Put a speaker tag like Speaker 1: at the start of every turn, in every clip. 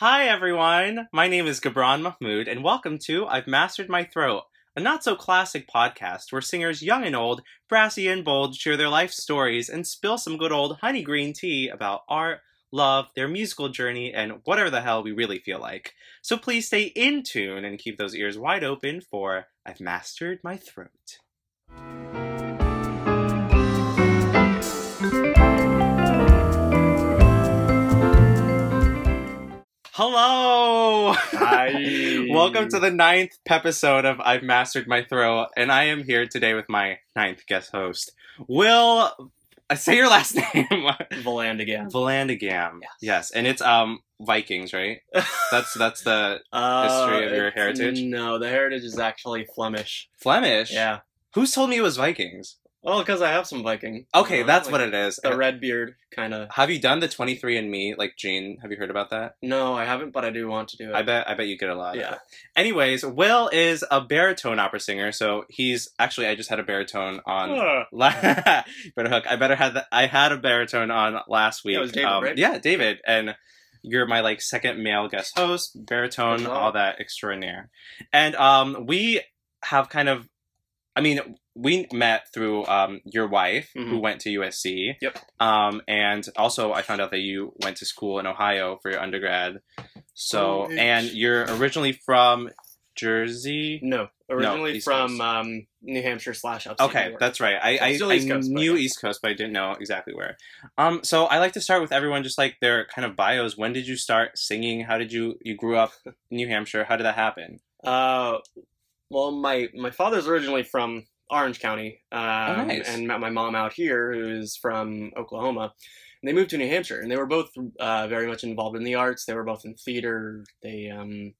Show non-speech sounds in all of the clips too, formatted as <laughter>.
Speaker 1: Hi, everyone. My name is Gibran Mahmood, and welcome to I've Mastered My Throat, a not so classic podcast where singers young and old, brassy and bold, share their life stories and spill some good old honey green tea about art, love, their musical journey, and whatever the hell we really feel like. So please stay in tune and keep those ears wide open for I've Mastered My Throat. Hello!
Speaker 2: Hi.
Speaker 1: <laughs> Welcome to the ninth episode of I've Mastered My Throat, and I am here today with my ninth guest host, Will. I say your last <laughs> name,
Speaker 2: Volandigan.
Speaker 1: Valandagam.
Speaker 2: Yes.
Speaker 1: and it's um Vikings, right? That's that's the
Speaker 2: <laughs> Uh,
Speaker 1: History of your
Speaker 2: it's-
Speaker 1: heritage?
Speaker 2: No, the heritage is actually Flemish.
Speaker 1: Flemish.
Speaker 2: Yeah.
Speaker 1: Who's told me it was Vikings?
Speaker 2: Well, because I have some Viking.
Speaker 1: Okay,
Speaker 2: You know,
Speaker 1: that's
Speaker 2: like
Speaker 1: what it is.
Speaker 2: The red beard kind of.
Speaker 1: Have you done the twenty three and Me like Gene? Have you heard about that?
Speaker 2: No, I haven't, but I do want to do it.
Speaker 1: I bet I bet you get a lot.
Speaker 2: Yeah.
Speaker 1: Anyways, Will is a baritone opera singer, so he's actually I just had a baritone on
Speaker 2: Ugh.
Speaker 1: La- <laughs> better hook. I better had the, I had a baritone on last week. um,
Speaker 2: Yeah, it was David, right?
Speaker 1: Yeah, David, and you're my like second male guest host, baritone,
Speaker 2: Good job.
Speaker 1: all that extraordinaire. And um, we have kind of, I mean, we met through um your wife who
Speaker 2: Mhm.
Speaker 1: went to USC.
Speaker 2: Yep.
Speaker 1: Um, and also I found out that you went to school in Ohio for your undergrad. So
Speaker 2: Oh, it's-
Speaker 1: and you're originally from Jersey.
Speaker 2: no, originally
Speaker 1: East
Speaker 2: from
Speaker 1: Coast.
Speaker 2: um, New Hampshire slash upstate. New
Speaker 1: Okay,
Speaker 2: York.
Speaker 1: that's right. I,
Speaker 2: It's
Speaker 1: I,
Speaker 2: still
Speaker 1: I
Speaker 2: East Coast, but
Speaker 1: knew
Speaker 2: yeah.
Speaker 1: East Coast, but I didn't know exactly where. Um, so I like to start with everyone just like their kind of bios. When did you start singing? How did you you grew up in New Hampshire? How did that happen?
Speaker 2: Uh, well, my my father's originally from Orange County, um,
Speaker 1: Oh, nice.
Speaker 2: and met my mom out here, who's from Oklahoma. And they moved to New Hampshire, and they were both uh, very much involved in the arts. They were both in theater. They um,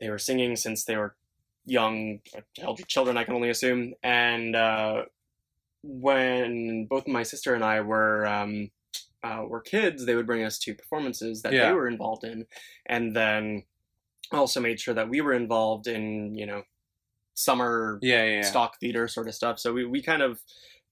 Speaker 2: they were singing since they were young, held children, I can only assume. And uh, when both my sister and I were um, uh, were kids, they would bring us to performances that
Speaker 1: Yeah.
Speaker 2: they were involved in, and then also made sure that we were involved in you know summer
Speaker 1: Yeah, yeah. yeah.
Speaker 2: stock theater sort of stuff. So we, we kind of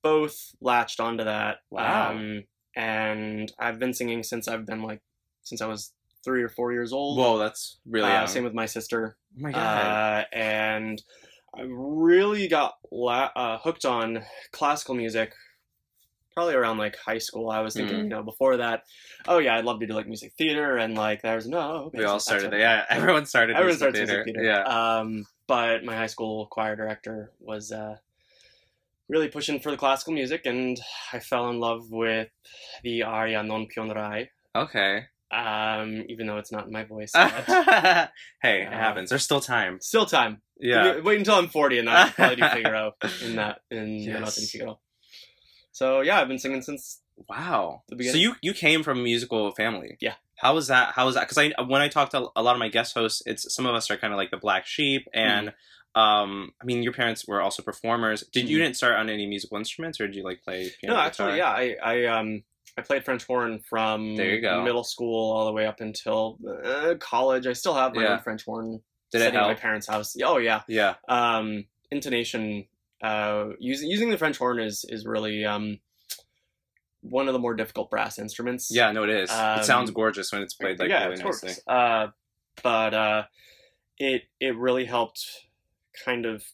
Speaker 2: both latched onto that.
Speaker 1: Wow.
Speaker 2: Um, and I've been singing since I've been like since I was three or four years old.
Speaker 1: Whoa, that's really
Speaker 2: uh,
Speaker 1: young.
Speaker 2: same with my sister.
Speaker 1: oh my god.
Speaker 2: Uh, and I really got la- uh, hooked on classical music probably around like high school. I was thinking,
Speaker 1: Mm.
Speaker 2: you know, before that, oh yeah, I'd love to do like music theater and like there was no.
Speaker 1: we all
Speaker 2: that's
Speaker 1: started.
Speaker 2: what-
Speaker 1: there. Yeah, everyone started.
Speaker 2: Everyone
Speaker 1: musical
Speaker 2: starts music theater.
Speaker 1: Yeah.
Speaker 2: Um, but my high school choir director was uh, really pushing for the classical music, and I fell in love with the aria Non Pionrai.
Speaker 1: okay.
Speaker 2: Um, even though it's not in my voice,
Speaker 1: <laughs>
Speaker 2: yet.
Speaker 1: hey, it
Speaker 2: Uh,
Speaker 1: happens. There's still time.
Speaker 2: still time.
Speaker 1: Yeah.
Speaker 2: Wait- Wait until I'm 40, and I'll
Speaker 1: <laughs>
Speaker 2: probably do Figaro in that in Menotti
Speaker 1: Yes.
Speaker 2: Figaro. So yeah, I've been singing since.
Speaker 1: Wow.
Speaker 2: The
Speaker 1: So
Speaker 2: beginning.
Speaker 1: you you came from a musical family.
Speaker 2: Yeah.
Speaker 1: How was that? How was that? Because I when I talk to a lot of my guest hosts, it's some of us are kind of like the black sheep,
Speaker 2: Mm-hmm.
Speaker 1: and um, I mean, your parents were also performers. Did you
Speaker 2: Mhm.
Speaker 1: didn't start on any musical instruments, or did you like play piano?
Speaker 2: no, actually,
Speaker 1: guitar?
Speaker 2: yeah, I I um. I played French horn from
Speaker 1: There you go.
Speaker 2: middle school all the way up until uh, college. I still have my
Speaker 1: Yeah.
Speaker 2: own French horn
Speaker 1: Did it
Speaker 2: sitting at my
Speaker 1: help?
Speaker 2: parents' house. Oh yeah.
Speaker 1: Yeah.
Speaker 2: Um, intonation. Uh, using using the French horn is is really um, one of the more difficult brass instruments.
Speaker 1: Yeah. No, it is.
Speaker 2: Um,
Speaker 1: it sounds gorgeous when it's played like
Speaker 2: yeah,
Speaker 1: really
Speaker 2: it
Speaker 1: nicely.
Speaker 2: works. Uh, but uh, it it really helped kind of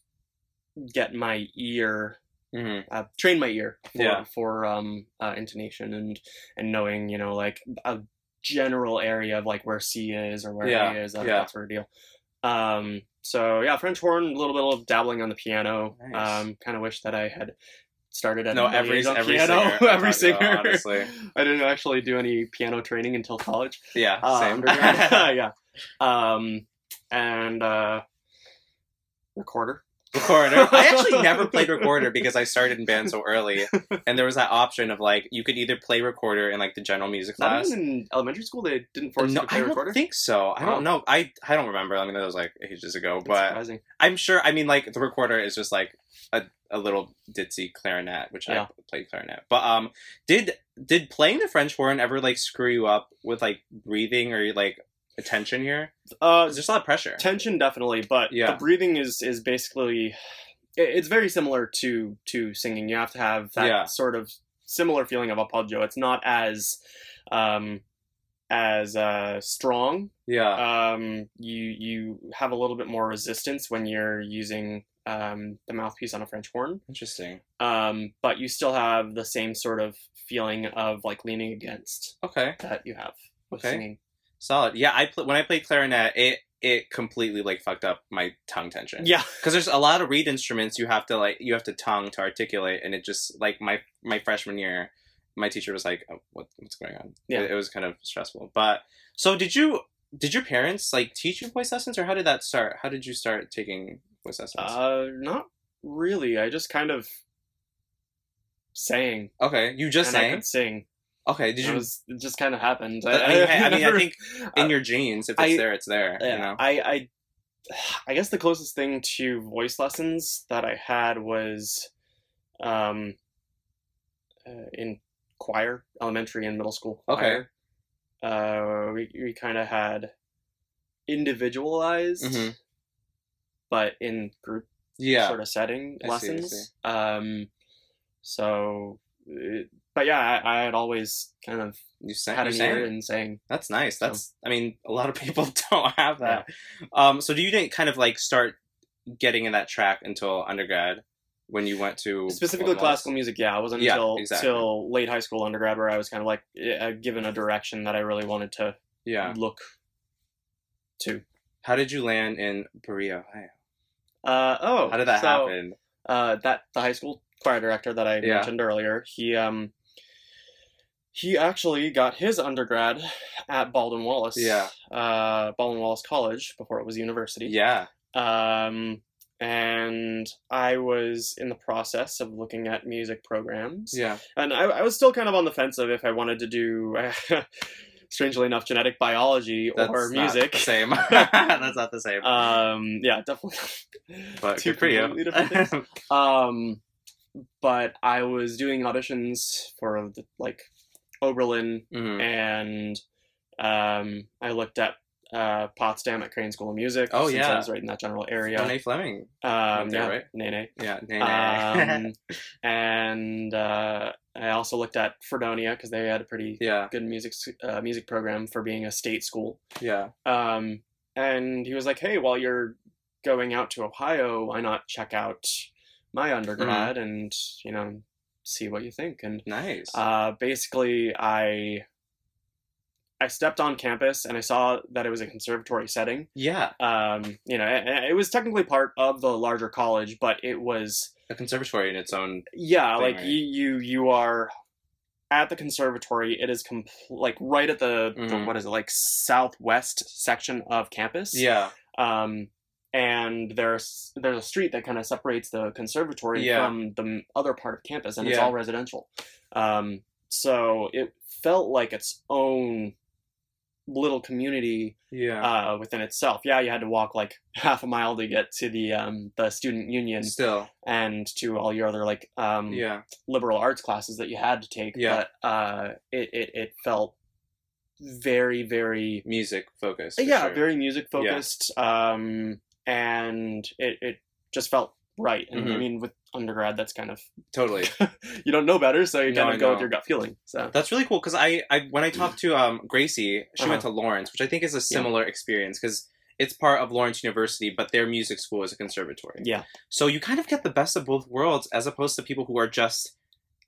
Speaker 2: get my ear
Speaker 1: hmm
Speaker 2: uh, train my ear for,
Speaker 1: Yeah.
Speaker 2: for um, uh, intonation and and knowing you know like a general area of like where C is or where
Speaker 1: Yeah,
Speaker 2: A is that,
Speaker 1: yeah.
Speaker 2: that sort of deal. Um, so yeah, French horn, a little bit of dabbling on the piano.
Speaker 1: Nice.
Speaker 2: Um, kind of wish that I had started at
Speaker 1: No,
Speaker 2: an
Speaker 1: every-
Speaker 2: age on
Speaker 1: every
Speaker 2: piano.
Speaker 1: singer I
Speaker 2: <laughs> every
Speaker 1: talk about,
Speaker 2: singer.
Speaker 1: honestly.
Speaker 2: I didn't actually do any piano training until college.
Speaker 1: Yeah.
Speaker 2: Um,
Speaker 1: <laughs> same.
Speaker 2: <laughs> yeah. Um, and uh, recorder.
Speaker 1: recorder. I actually
Speaker 2: <laughs>
Speaker 1: never played recorder because I started in band so early, and there was that option of like you could either play recorder in like the general music
Speaker 2: Not
Speaker 1: class. Uh,
Speaker 2: even in elementary school, they didn't force
Speaker 1: no,
Speaker 2: you to play
Speaker 1: I
Speaker 2: recorder.
Speaker 1: don't think so. I
Speaker 2: Wow.
Speaker 1: don't know. I I don't remember. I mean, that was like ages ago,
Speaker 2: That's
Speaker 1: but
Speaker 2: surprising.
Speaker 1: I'm sure. I mean, like the recorder is just like a, a little ditzy clarinet, which
Speaker 2: Yeah.
Speaker 1: I played clarinet. But um, did did playing the French horn ever like screw you up with like breathing or like attention here?
Speaker 2: Uh,
Speaker 1: 'Cause There's a lot of pressure.
Speaker 2: tension definitely, but
Speaker 1: Yeah.
Speaker 2: the breathing is is basically it- it's very similar to to singing. You have to have that
Speaker 1: Yeah.
Speaker 2: sort of similar feeling of appoggio. It's not as um, as uh, strong.
Speaker 1: Yeah.
Speaker 2: Um, you you have a little bit more resistance when you're using um, the mouthpiece on a French horn,
Speaker 1: Interesting.
Speaker 2: um, but you still have the same sort of feeling of like leaning against
Speaker 1: Okay.
Speaker 2: that you have with
Speaker 1: Okay.
Speaker 2: singing.
Speaker 1: Solid. Yeah, I pl- when I played clarinet, it it completely like fucked up my tongue tension.
Speaker 2: Yeah, <laughs>
Speaker 1: Because there's a lot of reed instruments you have to like you have to tongue to articulate, and it just like my my freshman year, my teacher was like, oh, "What what's going on?"
Speaker 2: Yeah.
Speaker 1: It, it was kind of stressful. But so did you did your parents like teach you voice lessons, or how did that start? How did you start taking voice lessons?
Speaker 2: uh, not really. I just kind of sang.
Speaker 1: okay, you just
Speaker 2: and I
Speaker 1: sang.
Speaker 2: could sing.
Speaker 1: Okay, did
Speaker 2: It
Speaker 1: you?
Speaker 2: was it just kind of happened.
Speaker 1: I mean,
Speaker 2: <laughs>
Speaker 1: hey, I, mean, I
Speaker 2: never-
Speaker 1: think in your genes, if it's
Speaker 2: I-
Speaker 1: there, it's there.
Speaker 2: Yeah,
Speaker 1: You know.
Speaker 2: I, I, <sighs> I guess the closest thing to voice lessons that I had was, um, uh, in choir, elementary and middle school
Speaker 1: Okay.
Speaker 2: choir. Uh, we we kind of had individualized,
Speaker 1: Mhm.
Speaker 2: but in group
Speaker 1: Yeah.
Speaker 2: sort of setting
Speaker 1: I see, I
Speaker 2: lessons. Um, so, uh, but yeah, I, I had always kind of
Speaker 1: You sang.
Speaker 2: had
Speaker 1: you
Speaker 2: an
Speaker 1: sang.
Speaker 2: ear in saying,
Speaker 1: That's nice. That's I mean, a lot of people <laughs> don't have that. Um, so do you didn't kind of like start getting in that track until undergrad when you went to
Speaker 2: specifically
Speaker 1: what was-
Speaker 2: classical music yeah it wasn't
Speaker 1: Yeah,
Speaker 2: until
Speaker 1: exactly.
Speaker 2: till late high school undergrad where i was kind of like eh, given a direction that i really wanted to
Speaker 1: Yeah.
Speaker 2: look to
Speaker 1: How did you land in Berea, Ohio?
Speaker 2: uh, oh
Speaker 1: How did that
Speaker 2: so,
Speaker 1: happen?
Speaker 2: uh, that the high school choir director that i
Speaker 1: Yeah.
Speaker 2: mentioned earlier he um he actually got his undergrad at baldwin wallace
Speaker 1: Yeah.
Speaker 2: uh, baldwin wallace college before it was a university
Speaker 1: Yeah.
Speaker 2: um, and i was in the process of looking at music programs
Speaker 1: Yeah.
Speaker 2: and I, I was still kind of on the fence of if I wanted to do, <laughs> strangely enough, genetic biology
Speaker 1: That's
Speaker 2: or
Speaker 1: not
Speaker 2: music.
Speaker 1: the
Speaker 2: <laughs>
Speaker 1: same. <laughs> That's not the same.
Speaker 2: Um, yeah, definitely. <laughs>
Speaker 1: but
Speaker 2: two
Speaker 1: good for
Speaker 2: completely
Speaker 1: you.
Speaker 2: different things.
Speaker 1: <laughs>
Speaker 2: um, but I was doing auditions for the, like Oberlin,
Speaker 1: Mhm.
Speaker 2: and um, I looked at uh, Potsdam at Crane School of Music.
Speaker 1: Oh,
Speaker 2: since
Speaker 1: yeah.
Speaker 2: I was right in that general area.
Speaker 1: Renee Fleming.
Speaker 2: Um,
Speaker 1: went there,
Speaker 2: yeah,
Speaker 1: right?
Speaker 2: Nene.
Speaker 1: Yeah. Nay, nay.
Speaker 2: Um, and uh, I also looked at Fredonia because they had a pretty
Speaker 1: <laughs> yeah.
Speaker 2: good music s- uh, music program for being a state school.
Speaker 1: Yeah.
Speaker 2: Um, and he was like, "Hey, while you're going out to Ohio, why not check out my
Speaker 1: Mm-hmm.
Speaker 2: undergrad and you know see what you think?" And
Speaker 1: Nice.
Speaker 2: uh, basically, I I stepped on campus and I saw that it was a conservatory setting.
Speaker 1: yeah.
Speaker 2: Um, you know, a- a- it was technically part of the larger college, but it was
Speaker 1: A conservatory in its own.
Speaker 2: yeah
Speaker 1: thing,
Speaker 2: like
Speaker 1: right?
Speaker 2: you, you you are at the conservatory it is compl- like right at the, the
Speaker 1: Mhm.
Speaker 2: what is it like southwest section of campus
Speaker 1: Yeah.
Speaker 2: um and there's there's a street that kind of separates the conservatory
Speaker 1: Yeah.
Speaker 2: from the m- other part of campus and it's
Speaker 1: Yeah.
Speaker 2: all residential um so it felt like its own little community
Speaker 1: Yeah.
Speaker 2: uh within itself yeah you had to walk like <laughs> half a mile to get to the um the student union
Speaker 1: Still.
Speaker 2: and to all your other like um
Speaker 1: Yeah.
Speaker 2: liberal arts classes that you had to take.
Speaker 1: Yeah.
Speaker 2: But uh, it, it it felt very very
Speaker 1: Music focused. for
Speaker 2: Uh, yeah
Speaker 1: sure.
Speaker 2: very music focused. Um, and it it just felt right. And I
Speaker 1: Mhm.
Speaker 2: mean, with undergrad, that's kind of
Speaker 1: Totally.
Speaker 2: you don't know better, so you
Speaker 1: No,
Speaker 2: kind
Speaker 1: I
Speaker 2: of go with
Speaker 1: know.
Speaker 2: your gut feeling. So
Speaker 1: That's really cool because I, I when I talked to um Gracie, she
Speaker 2: Uh-huh.
Speaker 1: went to Lawrence, which I think is a similar experience because it's part of Lawrence University, but their music school is a conservatory.
Speaker 2: yeah,
Speaker 1: So you kind of get the best of both worlds, as opposed to people who are just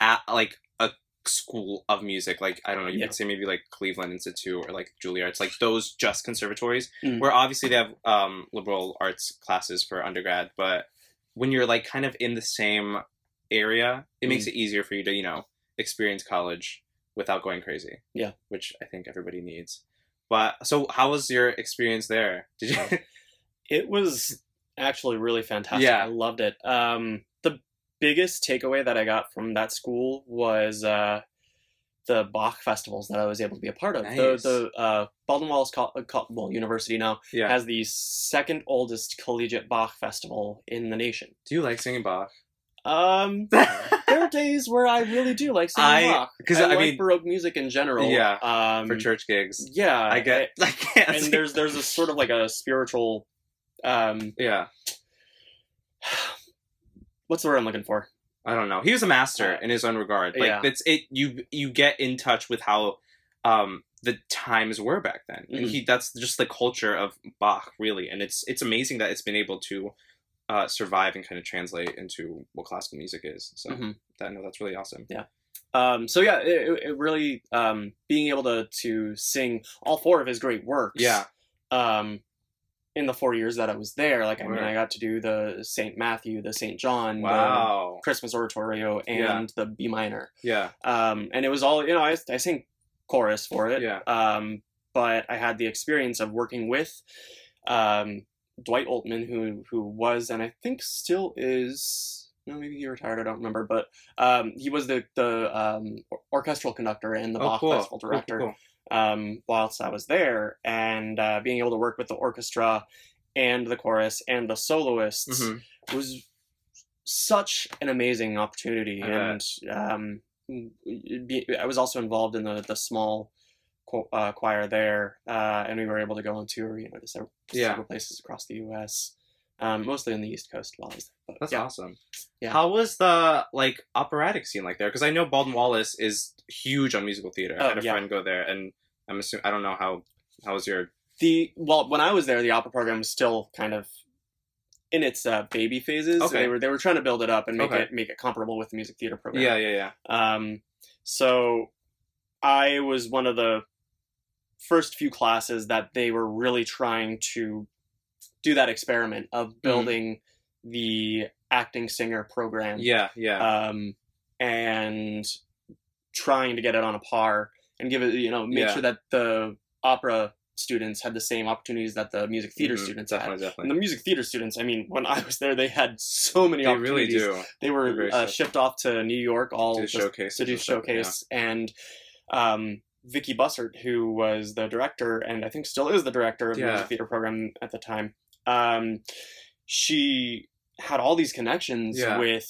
Speaker 1: at like a school of music, like I don't know, you
Speaker 2: Yeah.
Speaker 1: could say maybe like Cleveland Institute or like Juilliard. It's like those just conservatories
Speaker 2: Mm.
Speaker 1: where obviously they have um liberal arts classes for undergrad, but when you're like kind of in the same area, it
Speaker 2: Mm.
Speaker 1: makes it easier for you to you know experience college without going crazy.
Speaker 2: Yeah.
Speaker 1: which I think everybody needs. But so, how was your experience there? Did you?
Speaker 2: <laughs>
Speaker 1: <laughs>
Speaker 2: it was actually really fantastic.
Speaker 1: Yeah.
Speaker 2: I loved it. Um, the biggest takeaway that I got from that school was uh, the Bach festivals that I was able to be a part of.
Speaker 1: Nice.
Speaker 2: The, the uh, Baldwin Wallace Col- uh, Col- well, University now
Speaker 1: yeah.
Speaker 2: has the second oldest collegiate Bach festival in the nation.
Speaker 1: Do you like singing
Speaker 2: <laughs>
Speaker 1: Bach?
Speaker 2: Um, there are days where I really do like singing
Speaker 1: I-
Speaker 2: Bach.
Speaker 1: 'cause I
Speaker 2: like
Speaker 1: mean-
Speaker 2: Baroque music in general.
Speaker 1: Yeah,
Speaker 2: um,
Speaker 1: for church gigs.
Speaker 2: Yeah,
Speaker 1: I get. <laughs> I can't.
Speaker 2: And
Speaker 1: sing-
Speaker 2: there's there's a sort of like a spiritual. Um,
Speaker 1: <laughs>
Speaker 2: <sighs>
Speaker 1: yeah,
Speaker 2: what's the word I'm looking for?
Speaker 1: I don't know. He was a master in his own regard. Like
Speaker 2: Yeah.
Speaker 1: it's it. You you get in touch with how um the times were back then. And
Speaker 2: Mhm.
Speaker 1: he that's just the culture of Bach really, and it's it's amazing that it's been able to uh, survive and kind of translate into what classical music is. So
Speaker 2: Mhm.
Speaker 1: that no, that's really awesome.
Speaker 2: Um, so yeah, it, it- it really um, being able to to sing all four of his great works.
Speaker 1: Yeah,
Speaker 2: Um, in the four years that I was there, like I mean,
Speaker 1: Right.
Speaker 2: I got to do the Saint Matthew, the Saint John, the
Speaker 1: wow.
Speaker 2: Christmas Oratorio, and
Speaker 1: Yeah.
Speaker 2: the B minor.
Speaker 1: Yeah,
Speaker 2: Um, and it was all you know. I I sang chorus for it.
Speaker 1: yeah,
Speaker 2: Um, but I had the experience of working with um, Dwight Oltman, who who was and I think still is. No, maybe he retired. I don't remember, but um, he was the the um, or- orchestral conductor and the Bach Festival
Speaker 1: Oh, Cool,
Speaker 2: director
Speaker 1: cool.
Speaker 2: um, whilst I was there, and uh, being able to work with the orchestra and the chorus and the soloists
Speaker 1: Mhm.
Speaker 2: was such an amazing opportunity,
Speaker 1: I
Speaker 2: and um, it'd be, I was also involved in the the small cho- uh, choir there, uh, and we were able to go on tour, you know, to several,
Speaker 1: Yeah.
Speaker 2: several places across the U.S., um, mostly on the East Coast. While I was there, but
Speaker 1: That's
Speaker 2: yeah,
Speaker 1: awesome.
Speaker 2: Yeah.
Speaker 1: How was the like operatic scene like there? Because I know Baldwin Wallace is huge on musical theater. I
Speaker 2: Oh,
Speaker 1: had a
Speaker 2: yeah.
Speaker 1: friend go there, and I'm assuming I don't know how how was your
Speaker 2: the well, when I was there, the opera program was still kind of in its uh, baby phases.
Speaker 1: Okay.
Speaker 2: They were they were trying to build it up and make
Speaker 1: Okay.
Speaker 2: it make it comparable with the music theater program.
Speaker 1: yeah yeah yeah
Speaker 2: Um, so I was one of the first few classes that they were really trying to do that experiment
Speaker 1: Mm-hmm.
Speaker 2: of building the acting singer program.
Speaker 1: yeah yeah
Speaker 2: Um, and trying to get it on a par and give it, you know, make
Speaker 1: Yeah.
Speaker 2: sure that the opera students had the same opportunities that the music theater
Speaker 1: Mhm.
Speaker 2: students had.
Speaker 1: definitely
Speaker 2: And the
Speaker 1: definitely.
Speaker 2: music theater students, I mean, when I was there, they had so many
Speaker 1: They really
Speaker 2: opportunities
Speaker 1: do
Speaker 2: they
Speaker 1: They're
Speaker 2: were
Speaker 1: very
Speaker 2: uh,
Speaker 1: special.
Speaker 2: shipped off to New York all
Speaker 1: do
Speaker 2: the-
Speaker 1: showcase
Speaker 2: to do showcase and um, Vicky Bussert, who was the director and I think still is the director of the
Speaker 1: Yeah.
Speaker 2: music theater program at the time. Um, she had all these connections
Speaker 1: Yeah.
Speaker 2: with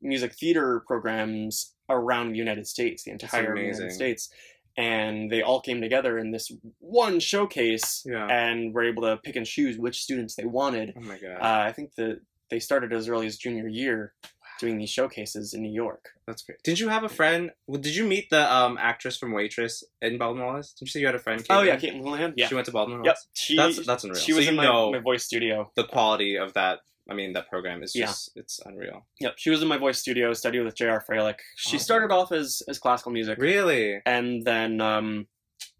Speaker 2: music theater programs around the United States, the entire
Speaker 1: amazing.
Speaker 2: United States, and they all came together in this one showcase
Speaker 1: Yeah. yeah.
Speaker 2: and were able to pick and choose which students they wanted
Speaker 1: Oh my god,
Speaker 2: uh, I think that they started as early as junior year doing these showcases in New York.
Speaker 1: that's great. Did you have a friend? Well, did you meet the um actress from Waitress in Baldwin Wallace? Did you say you had a friend?
Speaker 2: Oh
Speaker 1: Caitlin?
Speaker 2: yeah, Caitlin Houlihan. Yeah,
Speaker 1: She went to Baldwin
Speaker 2: yep.
Speaker 1: Wallace.
Speaker 2: She
Speaker 1: That's that's unreal.
Speaker 2: she was
Speaker 1: so
Speaker 2: in
Speaker 1: you
Speaker 2: my,
Speaker 1: know
Speaker 2: my voice studio.
Speaker 1: the quality of that. I mean, that program is
Speaker 2: Yeah.
Speaker 1: just it's unreal.
Speaker 2: Yep, she was in my voice studio studying with J.R. Fralick. She
Speaker 1: Awesome.
Speaker 2: started off as as classical music
Speaker 1: Really?
Speaker 2: and then um,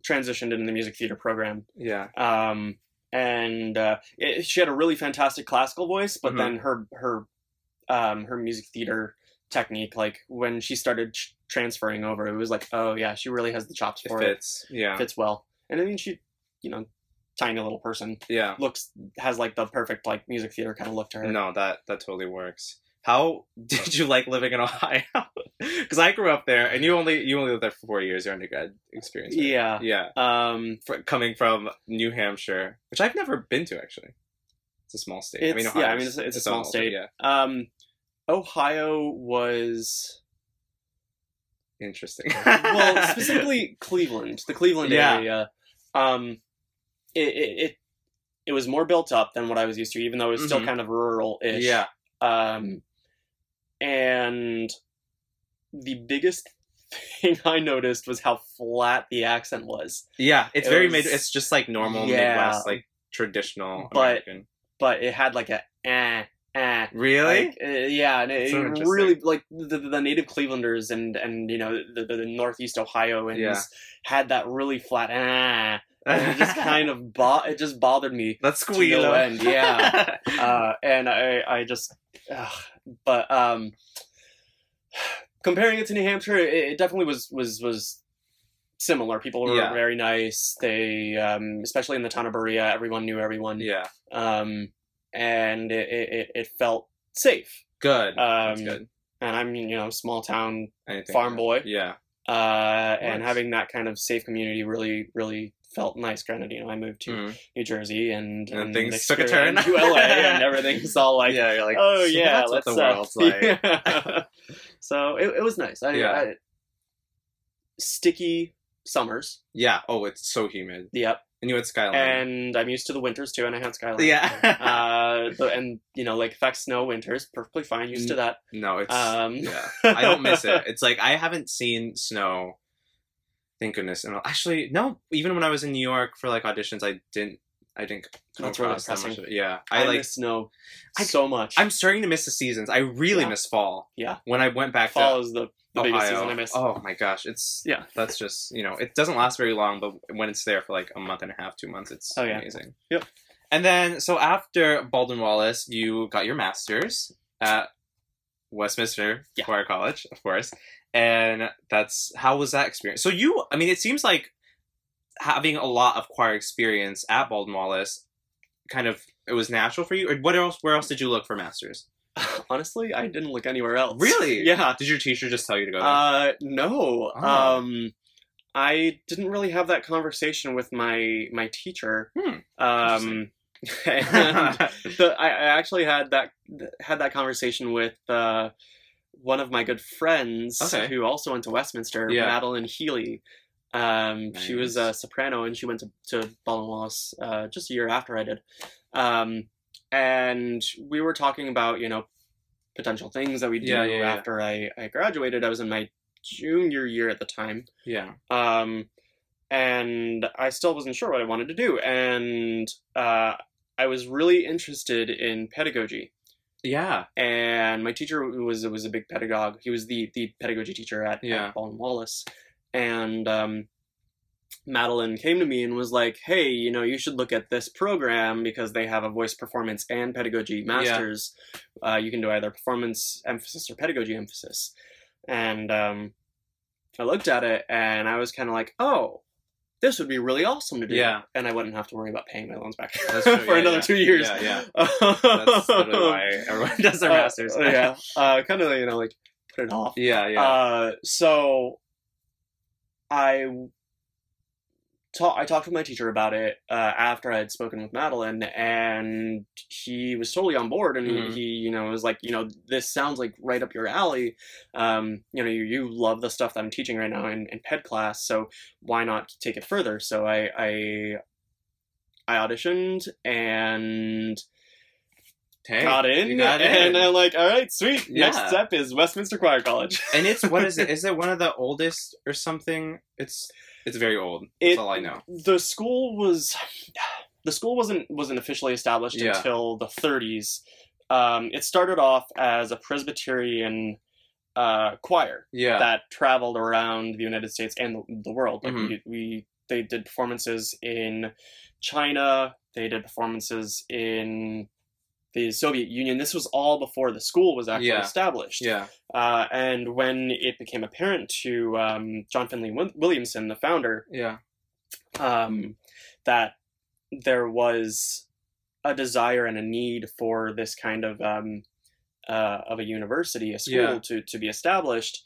Speaker 2: transitioned into the music theater program.
Speaker 1: Yeah.
Speaker 2: Um, and uh, it, she had a really fantastic classical voice, but
Speaker 1: Mhm.
Speaker 2: then her her um, her music theater technique, like when she started tr- transferring over, it was like, oh yeah, she really has the chops
Speaker 1: It
Speaker 2: for it.
Speaker 1: fits. Yeah.
Speaker 2: fits well. And I mean, she, you know, tiny little person
Speaker 1: Yeah.
Speaker 2: looks has like the perfect like music theater kind of look to her.
Speaker 1: No, that that totally works. How <laughs> did you like living in Ohio? <laughs> Because I grew up there, and you only you only lived there for four years. Your undergrad experience. right?
Speaker 2: Yeah.
Speaker 1: Yeah.
Speaker 2: Um,
Speaker 1: For, coming from New Hampshire, which I've never been to actually. It's a small state. I mean,
Speaker 2: It's- yeah, I
Speaker 1: Ohio's
Speaker 2: mean, it's- it's a
Speaker 1: its
Speaker 2: small
Speaker 1: own,
Speaker 2: state.
Speaker 1: yeah,
Speaker 2: um, Ohio was
Speaker 1: interesting. <laughs>
Speaker 2: well specifically Cleveland, the Cleveland
Speaker 1: Yeah.
Speaker 2: area. Um, it, it it it was more built up than what I was used to, even though it was still
Speaker 1: Mhm.
Speaker 2: kind of rural ish.
Speaker 1: yeah.
Speaker 2: Um, and the biggest <laughs> thing I noticed was how flat the accent was.
Speaker 1: Yeah. It's
Speaker 2: It
Speaker 1: very
Speaker 2: was-
Speaker 1: mid. It's just like normal
Speaker 2: Yeah.
Speaker 1: Midwest, like traditional
Speaker 2: But-
Speaker 1: American.
Speaker 2: but it had like a eh, eh.
Speaker 1: Really?
Speaker 2: Like, uh, yeah, and it,
Speaker 1: So
Speaker 2: it
Speaker 1: interesting.
Speaker 2: really like the, the native Clevelanders and and you know the, the, the Northeast Ohioans
Speaker 1: Yeah.
Speaker 2: had that really flat eh. And
Speaker 1: <laughs>
Speaker 2: it just kind of bo- it just bothered me
Speaker 1: That's
Speaker 2: to
Speaker 1: squeal.
Speaker 2: no
Speaker 1: <laughs>
Speaker 2: end. Yeah, uh, and I I just ugh. but um comparing it to New Hampshire, it, it definitely was was was similar. People were
Speaker 1: Yeah.
Speaker 2: very nice. They um especially in the town of Berea, everyone knew everyone
Speaker 1: yeah.
Speaker 2: um, and it, it, it- it felt safe.
Speaker 1: Good. That's
Speaker 2: Um,
Speaker 1: good.
Speaker 2: and I'm you know small town,
Speaker 1: Anything
Speaker 2: farm
Speaker 1: good.
Speaker 2: boy.
Speaker 1: Yeah.
Speaker 2: uh, and
Speaker 1: Nice.
Speaker 2: having that kind of safe community really really felt nice. Granted, you know I moved to
Speaker 1: Mhm.
Speaker 2: New Jersey and,
Speaker 1: And things took a
Speaker 2: experience
Speaker 1: turn.
Speaker 2: to
Speaker 1: <laughs>
Speaker 2: LA and everything's all like,
Speaker 1: yeah, you're like,
Speaker 2: oh
Speaker 1: "So
Speaker 2: yeah,
Speaker 1: that's what
Speaker 2: let's
Speaker 1: the
Speaker 2: uh,
Speaker 1: world's
Speaker 2: <laughs>
Speaker 1: like.
Speaker 2: yeah. so it, it was nice. I,
Speaker 1: Yeah.
Speaker 2: I- sticky summers.
Speaker 1: Yeah. Oh, it's so humid,
Speaker 2: Yep,
Speaker 1: and you had skyline.
Speaker 2: and I'm used to the winters too, and I had
Speaker 1: <laughs>
Speaker 2: skyline.
Speaker 1: yeah.
Speaker 2: <laughs> uh, but- and you know, like affects snow winters, perfectly fine, used
Speaker 1: Mm.
Speaker 2: to that.
Speaker 1: no, it's
Speaker 2: Um, <laughs>
Speaker 1: yeah. I don't miss it. It's like I haven't seen snow. Thank goodness. And actually, no. Even when I was in New York for like auditions, I didn't. I didn't come
Speaker 2: That's really
Speaker 1: across that much
Speaker 2: depressing.
Speaker 1: of it. Yeah,
Speaker 2: I,
Speaker 1: I like.
Speaker 2: miss snow
Speaker 1: I-
Speaker 2: so much.
Speaker 1: I'm starting to miss the seasons. I really
Speaker 2: Yeah.
Speaker 1: miss fall.
Speaker 2: Yeah.
Speaker 1: When I went back
Speaker 2: fall
Speaker 1: to
Speaker 2: is the, <laughs> the
Speaker 1: Ohio,
Speaker 2: biggest season I miss.
Speaker 1: oh my gosh, it's
Speaker 2: Yeah.
Speaker 1: That's just you know, it doesn't last very long, but when it's there for like a month and a half, two months, it's
Speaker 2: Oh, yeah.
Speaker 1: amazing.
Speaker 2: Yep.
Speaker 1: And then, so after Baldwin Wallace, you got your master's at Westminster
Speaker 2: Yeah.
Speaker 1: Choir College, of course, and that's how was that experience? So you, I mean, it seems like having a lot of choir experience at Baldwin Wallace, kind of it was natural for you. Or what else? Where else did you look for masters?
Speaker 2: Honestly, I didn't look anywhere else.
Speaker 1: Really?
Speaker 2: Yeah.
Speaker 1: Did your teacher just tell you to go? There?
Speaker 2: Uh, <laughs> no.
Speaker 1: Oh.
Speaker 2: Um, I didn't really have that conversation with my my teacher.
Speaker 1: Hmm.
Speaker 2: Um, <laughs> and <laughs> the, I, I actually had that had that conversation with uh, one of my good friends
Speaker 1: Okay.
Speaker 2: who also went to Westminster,
Speaker 1: Yeah.
Speaker 2: Madeline Healy. Um, She was
Speaker 1: Nice.
Speaker 2: a soprano, and she went to to Baldwin Wallace uh, just a year after I did. Um, and we were talking about you know potential things that we do
Speaker 1: Yeah, yeah, yeah.
Speaker 2: after I I graduated. I was in my junior year at the time.
Speaker 1: <laughs> yeah.
Speaker 2: Um, and I still wasn't sure what I wanted to do. And uh, I was really interested in pedagogy.
Speaker 1: Yeah.
Speaker 2: And my teacher was was a big pedagogue. He was the the pedagogy teacher at,
Speaker 1: Yeah.
Speaker 2: at Baldwin Wallace. And um, Madeline came to me and was like, "Hey, you know, you should look at this program because they have a voice performance and pedagogy masters. Uh, you can do either performance emphasis or pedagogy emphasis." And um, I looked at it and I was kind of like, "Oh, this would be really awesome to do."
Speaker 1: Yeah.
Speaker 2: And I wouldn't have to worry about paying my loans back
Speaker 1: That's true,
Speaker 2: <laughs> for
Speaker 1: yeah,
Speaker 2: another
Speaker 1: yeah.
Speaker 2: two years.
Speaker 1: Yeah, yeah. That's
Speaker 2: <laughs>
Speaker 1: literally why everyone <laughs> does their
Speaker 2: Uh,
Speaker 1: masters.
Speaker 2: yeah, uh, kind of you know like put it off.
Speaker 1: <laughs> Yeah, yeah.
Speaker 2: Uh, so I ta- I talked with my teacher about it uh, after I had spoken with Madeline, and he was totally on board. And
Speaker 1: Mhm.
Speaker 2: he, you know, was like, you know, this sounds like right up your alley. Um, you know, you, you love the stuff that I'm teaching right now in, in PED class, so why not take it further? So I I, I auditioned and
Speaker 1: Hey,
Speaker 2: got in,
Speaker 1: You got in.
Speaker 2: and I'm like, all right, sweet.
Speaker 1: Yeah.
Speaker 2: Next step is Westminster Choir College.
Speaker 1: <laughs> and it's what
Speaker 2: <laughs>
Speaker 1: is it? Is it one of the oldest or something? It's it's very old. That's
Speaker 2: It-
Speaker 1: all I know.
Speaker 2: the school was the school wasn't wasn't officially established
Speaker 1: Yeah.
Speaker 2: until the 30s. Um, it started off as a Presbyterian uh, choir
Speaker 1: Yeah.
Speaker 2: that traveled around the United States and the, the world. Like
Speaker 1: Mhm.
Speaker 2: we, we they did performances in China. They did performances in the Soviet Union. This was all before the school was actually
Speaker 1: Yeah.
Speaker 2: established.
Speaker 1: yeah.
Speaker 2: Uh, and when it became apparent to um, John Finley Wil- Williamson, the founder,
Speaker 1: Yeah.
Speaker 2: um, that there was a desire and a need for this kind of um, uh, of a university, a school
Speaker 1: Yeah.
Speaker 2: to to be established.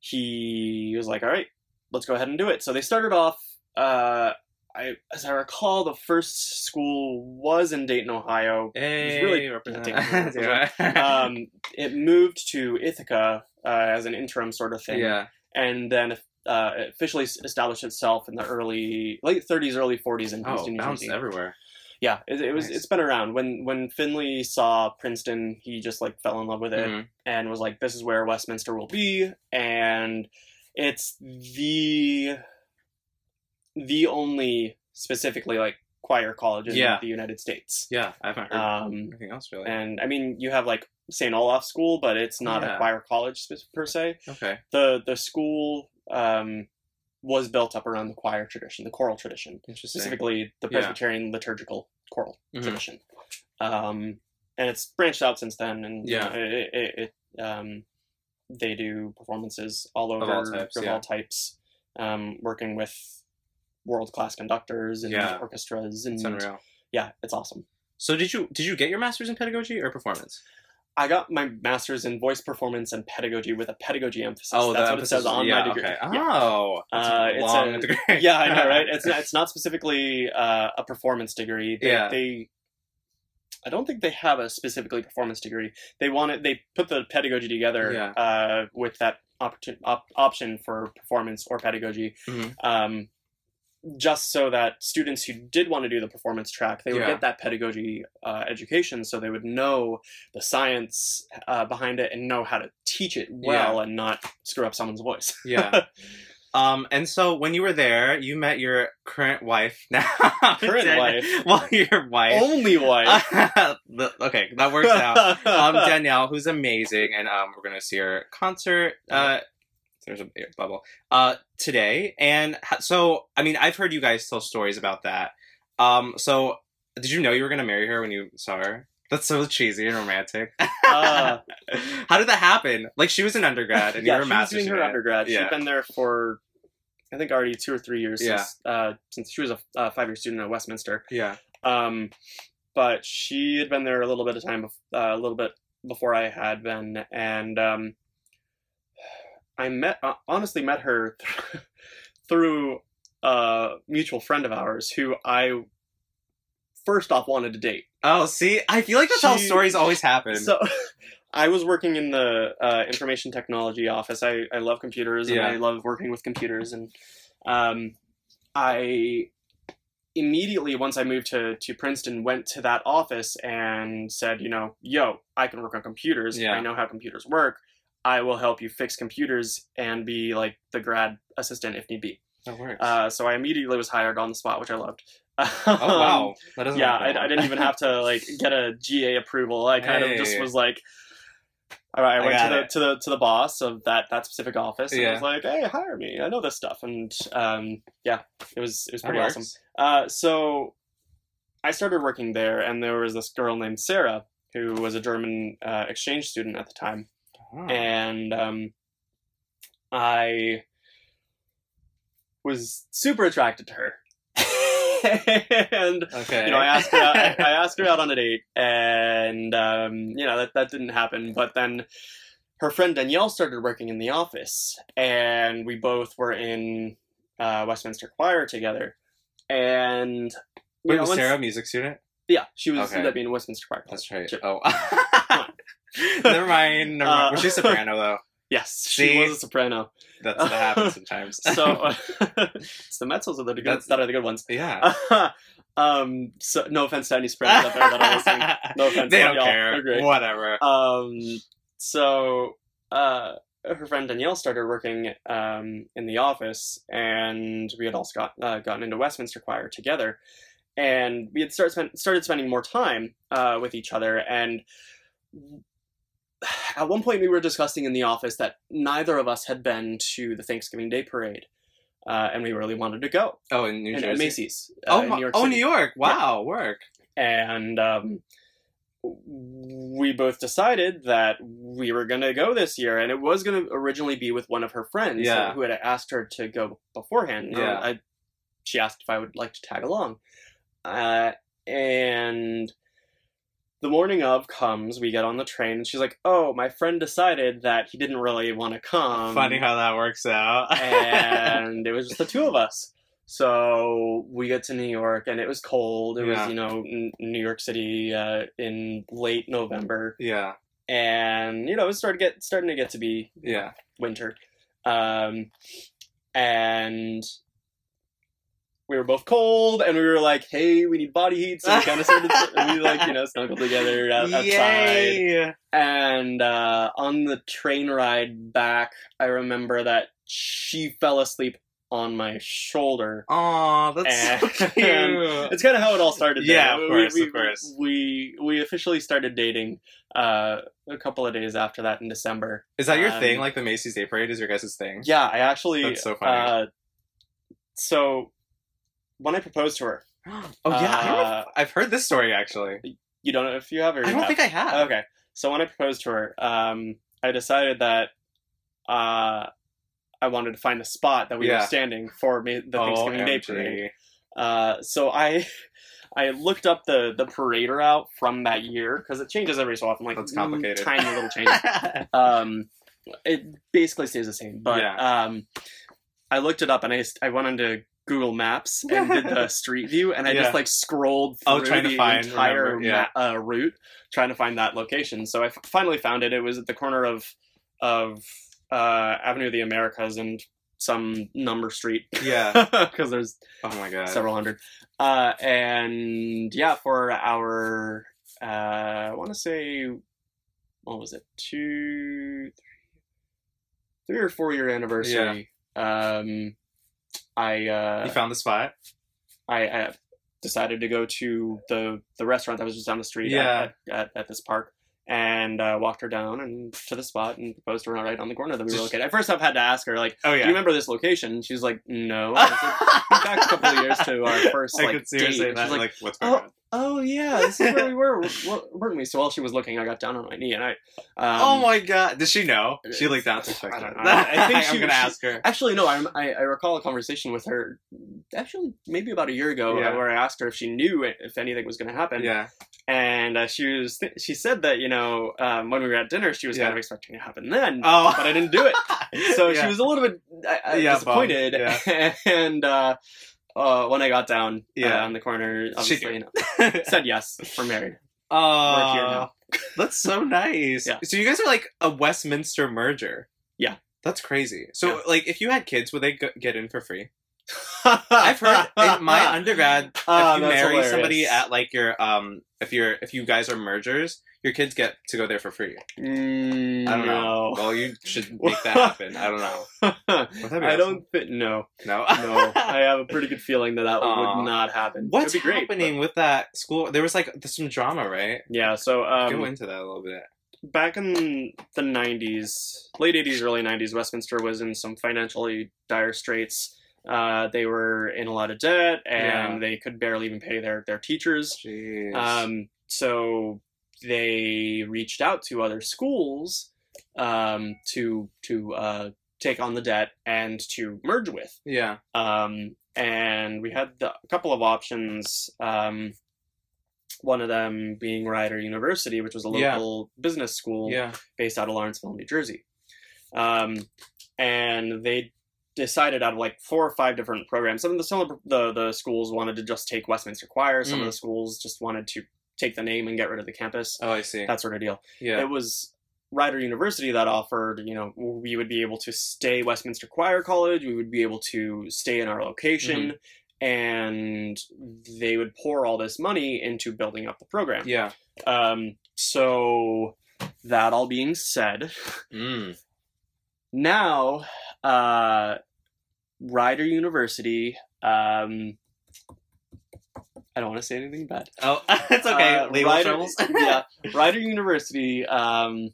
Speaker 2: He was like, "All right, let's go ahead and do it." So they started off. Uh, I, as I recall, the first school was in
Speaker 1: <laughs>
Speaker 2: Dayton, Ohio.
Speaker 1: Hey,
Speaker 2: <laughs> really
Speaker 1: represent-
Speaker 2: representing-
Speaker 1: Yeah.
Speaker 2: <laughs> Um, it moved to Ithaca uh, as an interim sort of
Speaker 1: <laughs>
Speaker 2: thing
Speaker 1: yeah.
Speaker 2: and then uh, officially s- established itself in the early late 30s, early 40s in
Speaker 1: Oh,
Speaker 2: Princeton, New
Speaker 1: bounced
Speaker 2: Jersey.
Speaker 1: everywhere.
Speaker 2: Yeah, it, it was.
Speaker 1: Nice.
Speaker 2: It's been around. When when Finley saw Princeton, he just like fell in love with it
Speaker 1: Mhm.
Speaker 2: and was like, "This is where Westminster will be," and it's the the only specifically like choir college in
Speaker 1: Yeah.
Speaker 2: the United States.
Speaker 1: Yeah, I haven't heard
Speaker 2: Um,
Speaker 1: anything else really.
Speaker 2: and I mean, you have like St. Olaf School, but it's not
Speaker 1: Yeah.
Speaker 2: a choir college spe- per se
Speaker 1: okay.
Speaker 2: the the school um, was built up around the choir tradition, the choral tradition,
Speaker 1: Interesting.
Speaker 2: specifically the
Speaker 1: Yeah.
Speaker 2: Presbyterian liturgical choral
Speaker 1: Mhm.
Speaker 2: tradition, um, and it's branched out since then. And
Speaker 1: Yeah.
Speaker 2: it, it, it um, they do performances all over
Speaker 1: Of all types,
Speaker 2: of
Speaker 1: yeah.
Speaker 2: all types, um, working with world class conductors and
Speaker 1: Yeah.
Speaker 2: orchestras, and
Speaker 1: It's unreal.
Speaker 2: yeah, it's awesome.
Speaker 1: So did you did you get your master's in pedagogy or performance?
Speaker 2: I got my master's in voice performance and pedagogy with a pedagogy emphasis.
Speaker 1: Oh,
Speaker 2: that's
Speaker 1: the
Speaker 2: what it says
Speaker 1: emphasis-
Speaker 2: on
Speaker 1: yeah,
Speaker 2: my degree.
Speaker 1: Okay.
Speaker 2: Yeah.
Speaker 1: Oh, that's
Speaker 2: Uh,
Speaker 1: a
Speaker 2: it's
Speaker 1: long
Speaker 2: a-
Speaker 1: degree.
Speaker 2: <laughs> yeah, I
Speaker 1: <laughs>
Speaker 2: know, right? It's not, it's not specifically uh, a performance degree. They,
Speaker 1: Yeah.
Speaker 2: they, I don't think they have a specifically performance degree. They want it. They put the pedagogy together
Speaker 1: Yeah.
Speaker 2: uh, with that opportun, op, option for performance or pedagogy,
Speaker 1: Mhm.
Speaker 2: um, just so that students who did want to do the performance track, they would
Speaker 1: Yeah.
Speaker 2: get that pedagogy uh, education, so they would know the science uh, behind it and know how to teach it well and not screw up someone's voice.
Speaker 1: yeah. <laughs> Um, and so when you were there, you met your current wife <laughs> now.
Speaker 2: Current
Speaker 1: Dan-
Speaker 2: wife.
Speaker 1: <laughs>
Speaker 2: Oh
Speaker 1: Well, your wife.
Speaker 2: <laughs>
Speaker 1: <laughs>
Speaker 2: Only wife.
Speaker 1: The- okay, that works
Speaker 2: <laughs>
Speaker 1: out. um, Danielle, who's amazing, and um, we're gonna see her concert. Uh, there's a air bubble uh, today, and ha- so I mean, I've heard you guys tell stories about that. Um, so did you know you were gonna marry her when you saw her? That's so cheesy and romantic. <laughs>
Speaker 2: Uh,
Speaker 1: How did that happen? Like she was an undergrad, and
Speaker 2: yeah,
Speaker 1: you were a
Speaker 2: she was
Speaker 1: master's.
Speaker 2: doing her
Speaker 1: student.
Speaker 2: undergrad.
Speaker 1: Yeah.
Speaker 2: She'd been there for, I think, already two or three years
Speaker 1: Yeah.
Speaker 2: since uh, since she was a uh, five year student at Westminster.
Speaker 1: Yeah.
Speaker 2: Um, but she had been there a little bit of time, bef- uh, a little bit before I had been, and um, I met uh, honestly met her <laughs> through a mutual friend of ours who I first off wanted to date.
Speaker 1: Oh, see, I feel like that's how
Speaker 2: She-
Speaker 1: stories always happen.
Speaker 2: So <laughs> I was working in the uh, information technology office. I, I love computers and
Speaker 1: Yeah.
Speaker 2: I love working with computers. And um, I immediately, once I moved to, to Princeton, went to that office and said, you know, yo, I can work on computers.
Speaker 1: Yeah.
Speaker 2: I know how computers work. I will help you fix computers and be like the grad assistant if need be.
Speaker 1: that works.
Speaker 2: Uh, so I immediately was hired on the spot, which I loved. Um,
Speaker 1: oh
Speaker 2: <laughs>
Speaker 1: wow, that doesn't.
Speaker 2: yeah,
Speaker 1: happen a
Speaker 2: I, I
Speaker 1: lot.
Speaker 2: didn't even have
Speaker 1: <laughs>
Speaker 2: to like get a GA approval. I kind of just
Speaker 1: Hey.
Speaker 2: was like, all right, I
Speaker 1: I
Speaker 2: went
Speaker 1: got
Speaker 2: to the,
Speaker 1: it.
Speaker 2: to the to the boss of that that specific office and
Speaker 1: Yeah.
Speaker 2: I was like, hey, hire me. I know this stuff, and um, yeah, it was it was
Speaker 1: That
Speaker 2: pretty
Speaker 1: works.
Speaker 2: awesome. Uh, so I started working there, and there was this girl named Sarah who was a German uh, exchange student at the time
Speaker 1: Oh.
Speaker 2: and um, I was super attracted to her. <laughs> and
Speaker 1: okay.
Speaker 2: you know, I asked uh,
Speaker 1: <laughs>
Speaker 2: her out, I, I asked her out on a date, and um, you know that that didn't happen. But then her friend Danielle started working in the office, and we both were in uh, Westminster Choir together. And you
Speaker 1: Wait,
Speaker 2: know,
Speaker 1: was
Speaker 2: once-
Speaker 1: Sarah a music student?
Speaker 2: Yeah, she was
Speaker 1: Okay.
Speaker 2: ended up being in Westminster Choir. class.
Speaker 1: That's right.
Speaker 2: Sure. <laughs>
Speaker 1: Oh. never mind. Never mind.
Speaker 2: Uh,
Speaker 1: Was she soprano though?
Speaker 2: Yes,
Speaker 1: See?
Speaker 2: she was a soprano.
Speaker 1: That's what
Speaker 2: <laughs>
Speaker 1: happens sometimes.
Speaker 2: So it's the mezzos are the good,
Speaker 1: That's-
Speaker 2: that are the good ones.
Speaker 1: <laughs>
Speaker 2: <laughs>
Speaker 1: yeah.
Speaker 2: um, so no offense to any spreaders out there that
Speaker 1: <laughs>
Speaker 2: are listening. No offense,
Speaker 1: they
Speaker 2: love
Speaker 1: don't
Speaker 2: y'all.
Speaker 1: care.
Speaker 2: They're great.
Speaker 1: Whatever.
Speaker 2: Um, so uh, her friend Danielle started working um, in the office, and we had also got uh, gotten into Westminster Choir together, and we had started spent, started spending more time uh, with each other, and. <sighs> At one point, we were discussing in the office that neither of us had been to the Thanksgiving Day parade, uh, and we really wanted to go.
Speaker 1: Oh, in New
Speaker 2: and,
Speaker 1: Jersey.
Speaker 2: at Macy's.
Speaker 1: oh,
Speaker 2: uh, in
Speaker 1: my-
Speaker 2: New York
Speaker 1: oh,
Speaker 2: City
Speaker 1: New York. Wow, work.
Speaker 2: and um, we both decided that we were gonna go this year, and it was gonna originally be with one of her friends
Speaker 1: Yeah.
Speaker 2: who had asked her to go beforehand. Uh,
Speaker 1: Yeah.
Speaker 2: I, she asked if I would like to tag along, uh, and the morning of comes. We get on the train, and she's like, "Oh, my friend decided that he didn't really want to come."
Speaker 1: Funny how that works out.
Speaker 2: Um, and it was just the two of us. So we get to New York, and it was cold. It
Speaker 1: Yeah.
Speaker 2: was, you know, N- New York City uh, in late November,
Speaker 1: <laughs> yeah.
Speaker 2: and you know, it started get starting to get to be
Speaker 1: Yeah.
Speaker 2: winter, um, and we were both cold, and we were like, "Hey, we need body heat," so we kind of started. and we like, you know, snuggled together uh, out-
Speaker 1: <laughs>
Speaker 2: outside.
Speaker 1: Yay.
Speaker 2: And uh, on the train ride back, I remember that she fell asleep on my shoulder.
Speaker 1: Aw, that's so
Speaker 2: And-
Speaker 1: <laughs> cute.
Speaker 2: It's kind of how it all started. there.
Speaker 1: Yeah, of
Speaker 2: We-
Speaker 1: course,
Speaker 2: we,
Speaker 1: of course.
Speaker 2: We we officially started dating uh, a couple of days after that in December.
Speaker 1: Is that your
Speaker 2: Um,
Speaker 1: thing? Like the Macy's Day Parade is your guys' thing?
Speaker 2: Yeah, I actually.
Speaker 1: That's so funny.
Speaker 2: Uh, so when I proposed to her,
Speaker 1: <gasps> Oh yeah, I don't know if-
Speaker 2: Uh,
Speaker 1: I've heard this story actually.
Speaker 2: you don't know if you have or
Speaker 1: I
Speaker 2: you
Speaker 1: don't
Speaker 2: have.
Speaker 1: think I have.
Speaker 2: Okay. So when I proposed to her, um, I decided that uh, I wanted to find a spot that we
Speaker 1: Yeah. Oh,
Speaker 2: were standing for ma- the Thanksgiving Day
Speaker 1: OMG.
Speaker 2: parade. Uh, so I <laughs> I looked up the the parade route from that year because it changes every so often, like mm,
Speaker 1: That's complicated.
Speaker 2: tiny
Speaker 1: <laughs>
Speaker 2: little changes. um, it basically stays the same, but um, I looked it up and I s- I went into Google Maps and did the street view, and I
Speaker 1: Yeah.
Speaker 2: just like scrolled through
Speaker 1: Oh, trying to
Speaker 2: the
Speaker 1: find,
Speaker 2: entire
Speaker 1: remember, yeah.
Speaker 2: ma- uh, route, trying to find that location. So I f- finally found it. It was at the corner of of uh, Avenue of the Americas and some number street <laughs>
Speaker 1: yeah.
Speaker 2: because there's
Speaker 1: Oh my god.
Speaker 2: several hundred. Uh, and yeah, for our, uh, I want to say, what was it, two, three, three or four year anniversary Um, I,
Speaker 1: you
Speaker 2: uh,
Speaker 1: found the spot.
Speaker 2: I I decided to go to the the restaurant that was just down the street
Speaker 1: Yeah.
Speaker 2: at, at, at, at this park. And uh, walked her down and to the spot and proposed to her right on the corner that we were
Speaker 1: Just-
Speaker 2: located. At first, I've had to ask her like,
Speaker 1: Oh
Speaker 2: "Do <laughs>
Speaker 1: yeah.
Speaker 2: you remember this location?" And she's like, "No." I said, Think back a couple of years to our
Speaker 1: <laughs>
Speaker 2: first
Speaker 1: I
Speaker 2: like
Speaker 1: could seriously
Speaker 2: date.
Speaker 1: not,
Speaker 2: She's like,
Speaker 1: like, what's going
Speaker 2: "Oh,
Speaker 1: on?
Speaker 2: Oh yeah, this is where
Speaker 1: <laughs>
Speaker 2: we were, w- weren't we? So while she was looking, I got down on my knee and I. Um,
Speaker 1: oh my god! Did she know? She like not
Speaker 2: I
Speaker 1: suspected.
Speaker 2: don't know. I
Speaker 1: <laughs>
Speaker 2: think
Speaker 1: I'm
Speaker 2: she-
Speaker 1: gonna
Speaker 2: she-
Speaker 1: ask her.
Speaker 2: Actually, no. I'm, I I recall a conversation with her, actually maybe about a year ago, uh,
Speaker 1: Yeah.
Speaker 2: where I asked her if she knew it- if anything was going to happen.
Speaker 1: Yeah.
Speaker 2: And uh, she was th- she said that you know um, when we were at dinner she was
Speaker 1: Yeah.
Speaker 2: kind of expecting it to happen then,
Speaker 1: Oh.
Speaker 2: but I didn't do it. So she was a little bit uh, uh,
Speaker 1: Yeah,
Speaker 2: disappointed.
Speaker 1: bummed,
Speaker 2: <laughs> and uh, uh, when I got down
Speaker 1: Yeah.
Speaker 2: uh, on the corner,
Speaker 1: She
Speaker 2: obviously
Speaker 1: knew.
Speaker 2: you know, <laughs> said yes. We're married.
Speaker 1: Oh,
Speaker 2: We're here now.
Speaker 1: that's so nice.
Speaker 2: Yeah.
Speaker 1: So you guys are like a Westminster merger.
Speaker 2: Yeah.
Speaker 1: That's crazy. So
Speaker 2: Yeah.
Speaker 1: like, if you had kids, would they go- get in for
Speaker 2: <laughs>
Speaker 1: free? <laughs> I've heard in my undergrad,
Speaker 2: Ah,
Speaker 1: if you
Speaker 2: that's
Speaker 1: marry
Speaker 2: hilarious.
Speaker 1: somebody at like your um, if you're if you guys are mergers, your kids get to go there for free.
Speaker 2: Mm,
Speaker 1: I don't know.
Speaker 2: no.
Speaker 1: Well, you should make that happen. I don't
Speaker 2: <laughs>
Speaker 1: know. Would that be
Speaker 2: I
Speaker 1: awesome?
Speaker 2: don't think. No,
Speaker 1: No.
Speaker 2: no. I have a pretty good feeling that that
Speaker 1: Aw.
Speaker 2: would not happen.
Speaker 1: What's
Speaker 2: It'd be great,
Speaker 1: happening with that school? There was like there's some drama, right?
Speaker 2: but- yeah. So
Speaker 1: go
Speaker 2: um,
Speaker 1: into that a little bit.
Speaker 2: back in the '90s, late '80s, early '90s, Westminster was in some financially dire straits. Uh, they were in a lot of debt, and
Speaker 1: Yeah.
Speaker 2: they could barely even pay their their teachers.
Speaker 1: Jeez.
Speaker 2: Um, so they reached out to other schools um, to to uh, take on the debt and to merge with.
Speaker 1: yeah.
Speaker 2: Um, and we had the, a couple of options. Um, one of them being Rider University, which was a
Speaker 1: Yeah.
Speaker 2: local business school
Speaker 1: Yeah.
Speaker 2: based out of Lawrenceville, New Jersey. Um, and they decided out of like four or five different programs. Some of the some of the, the schools wanted to just take Westminster Choir. Some
Speaker 1: Mm.
Speaker 2: of the schools just wanted to take the name and get rid of the campus. uh,
Speaker 1: Oh, I see.
Speaker 2: That sort of deal.
Speaker 1: yeah.
Speaker 2: It was Rider University that offered, you know, we would be able to stay Westminster Choir College. We would be able to stay in our location.
Speaker 1: Mm-hmm.
Speaker 2: And they would pour all this money into building up the program.
Speaker 1: yeah.
Speaker 2: Um, so that all being said,
Speaker 1: Mm.
Speaker 2: now uh, Rider University. Um, I don't want to say anything bad.
Speaker 1: Oh, <laughs> it's okay.
Speaker 2: Uh,
Speaker 1: Legal
Speaker 2: Rider-
Speaker 1: troubles. <laughs>
Speaker 2: yeah, Rider University um,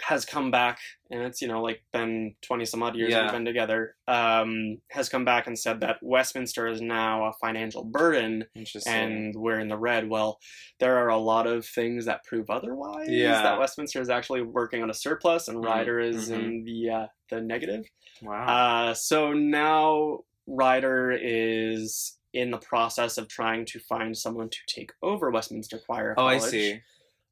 Speaker 2: has come back, and it's you know like been twenty some odd years
Speaker 1: Yeah.
Speaker 2: we've been together. Um, has come back and said that Westminster is now a financial burden
Speaker 1: Interesting.
Speaker 2: and we're in the red. Well, there are a lot of things that prove otherwise.
Speaker 1: Yeah.
Speaker 2: That Westminster is actually working on a surplus and
Speaker 1: Mhm,
Speaker 2: Ryder is in the uh, the negative.
Speaker 1: wow.
Speaker 2: Uh, so now Ryder is in the process of trying to find someone to take over Westminster Choir.
Speaker 1: oh, I
Speaker 2: College,
Speaker 1: see.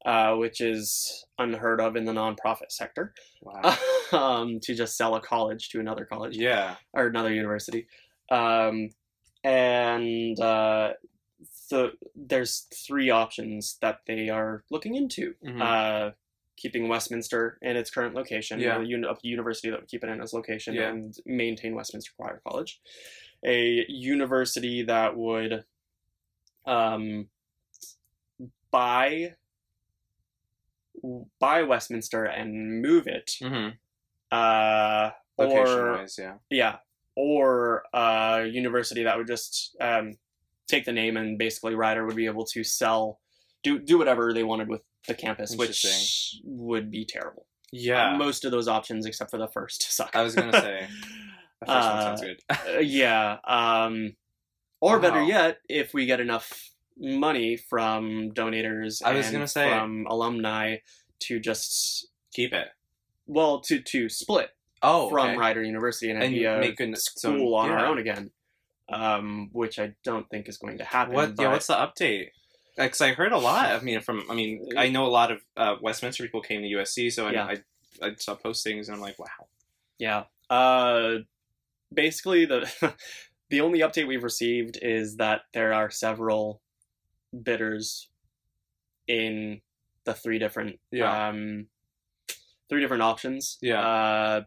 Speaker 2: Uh, which is unheard of in the nonprofit sector <laughs>
Speaker 1: Wow.
Speaker 2: um, to just sell a college to another college
Speaker 1: Uh, yeah.
Speaker 2: or another university. Um, and uh, so there's three options that they are looking into.
Speaker 1: Mhm.
Speaker 2: Uh, keeping Westminster in its current location,
Speaker 1: Yeah.
Speaker 2: or uni- a university that would keep it in its location
Speaker 1: Yeah.
Speaker 2: and maintain Westminster Choir College. A university that would um, buy buy Westminster and move it
Speaker 1: hmm
Speaker 2: uh,
Speaker 1: Location
Speaker 2: or
Speaker 1: wise, yeah.
Speaker 2: yeah, or a university that would just um, take the name and basically Ryder would be able to sell, do do whatever they wanted with the campus, which
Speaker 1: Interesting.
Speaker 2: would be terrible.
Speaker 1: Yeah.
Speaker 2: Most of those options, except for the first, <laughs> suck.
Speaker 1: I was gonna say. <laughs> The first one
Speaker 2: Uh,
Speaker 1: sounds good.
Speaker 2: Uh, yeah. Um, or better
Speaker 1: Wow.
Speaker 2: yet, if we get enough money from donators,
Speaker 1: I was
Speaker 2: and
Speaker 1: gonna say-
Speaker 2: from alumni to just
Speaker 1: Keep it.
Speaker 2: well to to split
Speaker 1: Oh,
Speaker 2: from
Speaker 1: okay.
Speaker 2: Rider University and,
Speaker 1: And
Speaker 2: be a
Speaker 1: make an- some-
Speaker 2: school on our
Speaker 1: yeah.
Speaker 2: own again, um, which I don't think is going to happen.
Speaker 1: What? Yeah.
Speaker 2: but-
Speaker 1: What's the update? Because I heard a lot. I mean, from I mean, I know a lot of uh, Westminster people came to USC, so I,
Speaker 2: Yeah.
Speaker 1: I I saw postings and I'm like, wow.
Speaker 2: yeah. Uh, basically, the <laughs> the only update we've received is that there are several bidders in the three different
Speaker 1: Yeah.
Speaker 2: um, three different options.
Speaker 1: Yeah.
Speaker 2: Uh,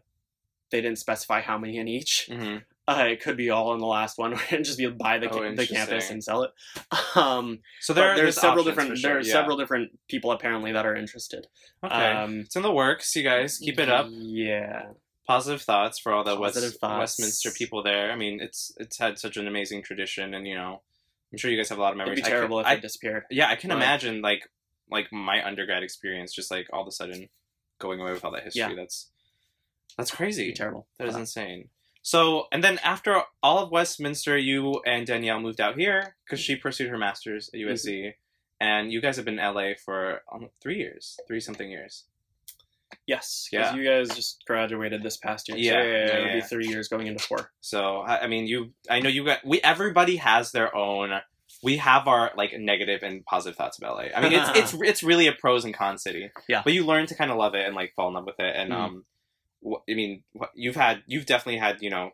Speaker 2: they didn't specify how many in each. <laughs>
Speaker 1: hmm
Speaker 2: Uh, it could be all in the last one, <laughs> and just be buy the,
Speaker 1: Oh,
Speaker 2: ca- the campus
Speaker 1: interesting.
Speaker 2: and sell it. <laughs> Um,
Speaker 1: So
Speaker 2: But
Speaker 1: there are
Speaker 2: there's several
Speaker 1: options
Speaker 2: different
Speaker 1: for sure,
Speaker 2: there are
Speaker 1: yeah.
Speaker 2: several different people apparently that are interested.
Speaker 1: Okay.
Speaker 2: Um,
Speaker 1: it's in the works, you guys. Keep it up.
Speaker 2: Yeah.
Speaker 1: Positive thoughts for all the
Speaker 2: Positive
Speaker 1: West,
Speaker 2: thoughts.
Speaker 1: Westminster people there. I mean, it's it's had such an amazing tradition, and you know, I'm sure you guys have a lot of
Speaker 2: It'd
Speaker 1: memories.
Speaker 2: be terrible
Speaker 1: I
Speaker 2: if
Speaker 1: can,
Speaker 2: I, disappeared.
Speaker 1: I, yeah, I can
Speaker 2: Right.
Speaker 1: imagine like like my undergrad experience, just like all of a sudden going away with all that history.
Speaker 2: Yeah.
Speaker 1: That's that's
Speaker 2: It'd
Speaker 1: crazy.
Speaker 2: be terrible.
Speaker 1: That is
Speaker 2: Uh,
Speaker 1: insane. So, and then after all of Westminster, you and Danielle moved out here because she
Speaker 2: Mm-hmm.
Speaker 1: pursued her master's at USC, and you guys have been in LA for um, three years, three something years.
Speaker 2: yes, because
Speaker 1: Yeah.
Speaker 2: you guys just graduated this past year. so
Speaker 1: Yeah, yeah,
Speaker 2: it would be
Speaker 1: yeah.
Speaker 2: three years going into four.
Speaker 1: So, I, I mean, you, I know you got we. Everybody has their own. We have our like negative and positive thoughts about LA. I mean, it's it's
Speaker 2: <laughs>
Speaker 1: it's really a pros and cons city.
Speaker 2: Yeah.
Speaker 1: But you learn to kind of love it and like fall in love with it. And
Speaker 2: Mhm.
Speaker 1: um, wh- I mean, what you've had you've definitely had you know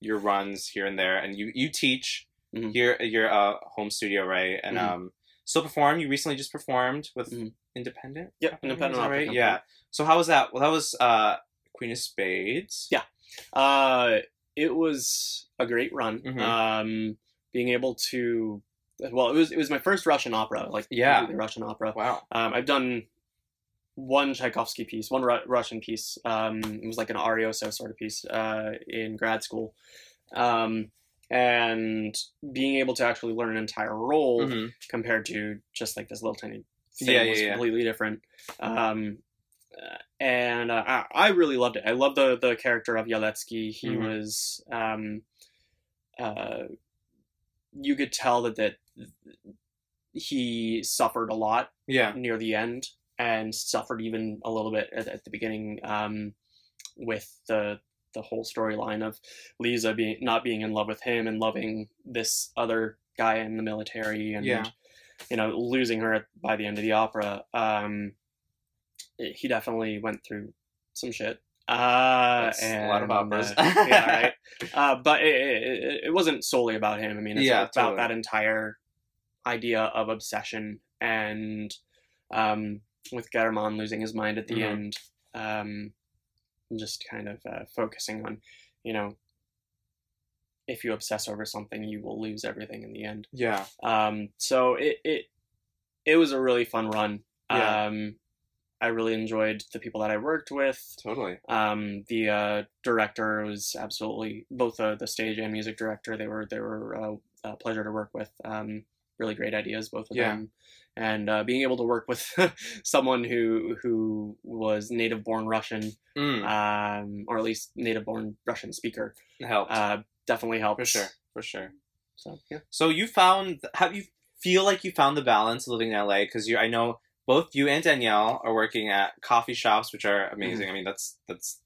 Speaker 1: your runs here and there, and you you teach
Speaker 2: Mhm.
Speaker 1: here at your uh, home studio, right? And
Speaker 2: Mhm.
Speaker 1: um, still perform. You recently just performed with
Speaker 2: Mhm.
Speaker 1: Independent.
Speaker 2: Yep, independent opera
Speaker 1: right?
Speaker 2: company.
Speaker 1: Yeah. So how was that? Well, that was uh, Queen of Spades.
Speaker 2: Yeah. Uh, it was a great run.
Speaker 1: Mhm.
Speaker 2: Um, being able to, well, it was it was my first Russian opera, like
Speaker 1: Yeah.
Speaker 2: completely Russian opera.
Speaker 1: Wow.
Speaker 2: Um, I've done one Tchaikovsky piece, one Ru- Russian piece. Um, it was like an Arioso sort of piece uh, in grad school, um, and being able to actually learn an entire role
Speaker 1: Mhm.
Speaker 2: compared to just like this little tiny thing
Speaker 1: Yeah, yeah,
Speaker 2: was
Speaker 1: yeah.
Speaker 2: completely different. Um, uh, and uh, I, I really loved it. I love the the character of Yaletsky. He
Speaker 1: Mhm.
Speaker 2: was, um, uh, you could tell that that he suffered a lot
Speaker 1: Yeah.
Speaker 2: near the end and suffered even a little bit at, at the beginning um, with the the whole storyline of Lisa being not being in love with him and loving this other guy in the military and
Speaker 1: Yeah.
Speaker 2: you know losing her at, by the end of the opera. Um, he definitely went through some shit. Uh,
Speaker 1: That's a lot of
Speaker 2: and,
Speaker 1: operas.
Speaker 2: uh, yeah,
Speaker 1: <laughs>
Speaker 2: right uh, but it, it, it- it wasn't solely about him. I mean, it's
Speaker 1: Yeah,
Speaker 2: about
Speaker 1: totally.
Speaker 2: that entire idea of obsession and um, with Garamond losing his mind at the
Speaker 1: Mhm.
Speaker 2: end, um, just kind of uh, focusing on, you know, if you obsess over something, you will lose everything in the end.
Speaker 1: Yeah.
Speaker 2: Um, so it, it it was a really fun run.
Speaker 1: Yeah.
Speaker 2: Um, I really enjoyed the people that I worked with.
Speaker 1: Totally.
Speaker 2: Um, the uh, director was absolutely both uh, the, the stage and music director. They were they were uh, a pleasure to work with. Um, really great ideas, both of
Speaker 1: Yeah.
Speaker 2: them. And uh, being able to work with <laughs> someone who who was native born Russian,
Speaker 1: Mm.
Speaker 2: um, or at least native born Russian speaker,
Speaker 1: Helped
Speaker 2: uh, definitely helped.
Speaker 1: for sure. For sure.
Speaker 2: So yeah,
Speaker 1: So you found have you feel like you found the balance of living in LA because you I know both you and Danielle are working at coffee shops which are amazing. I mean that's that's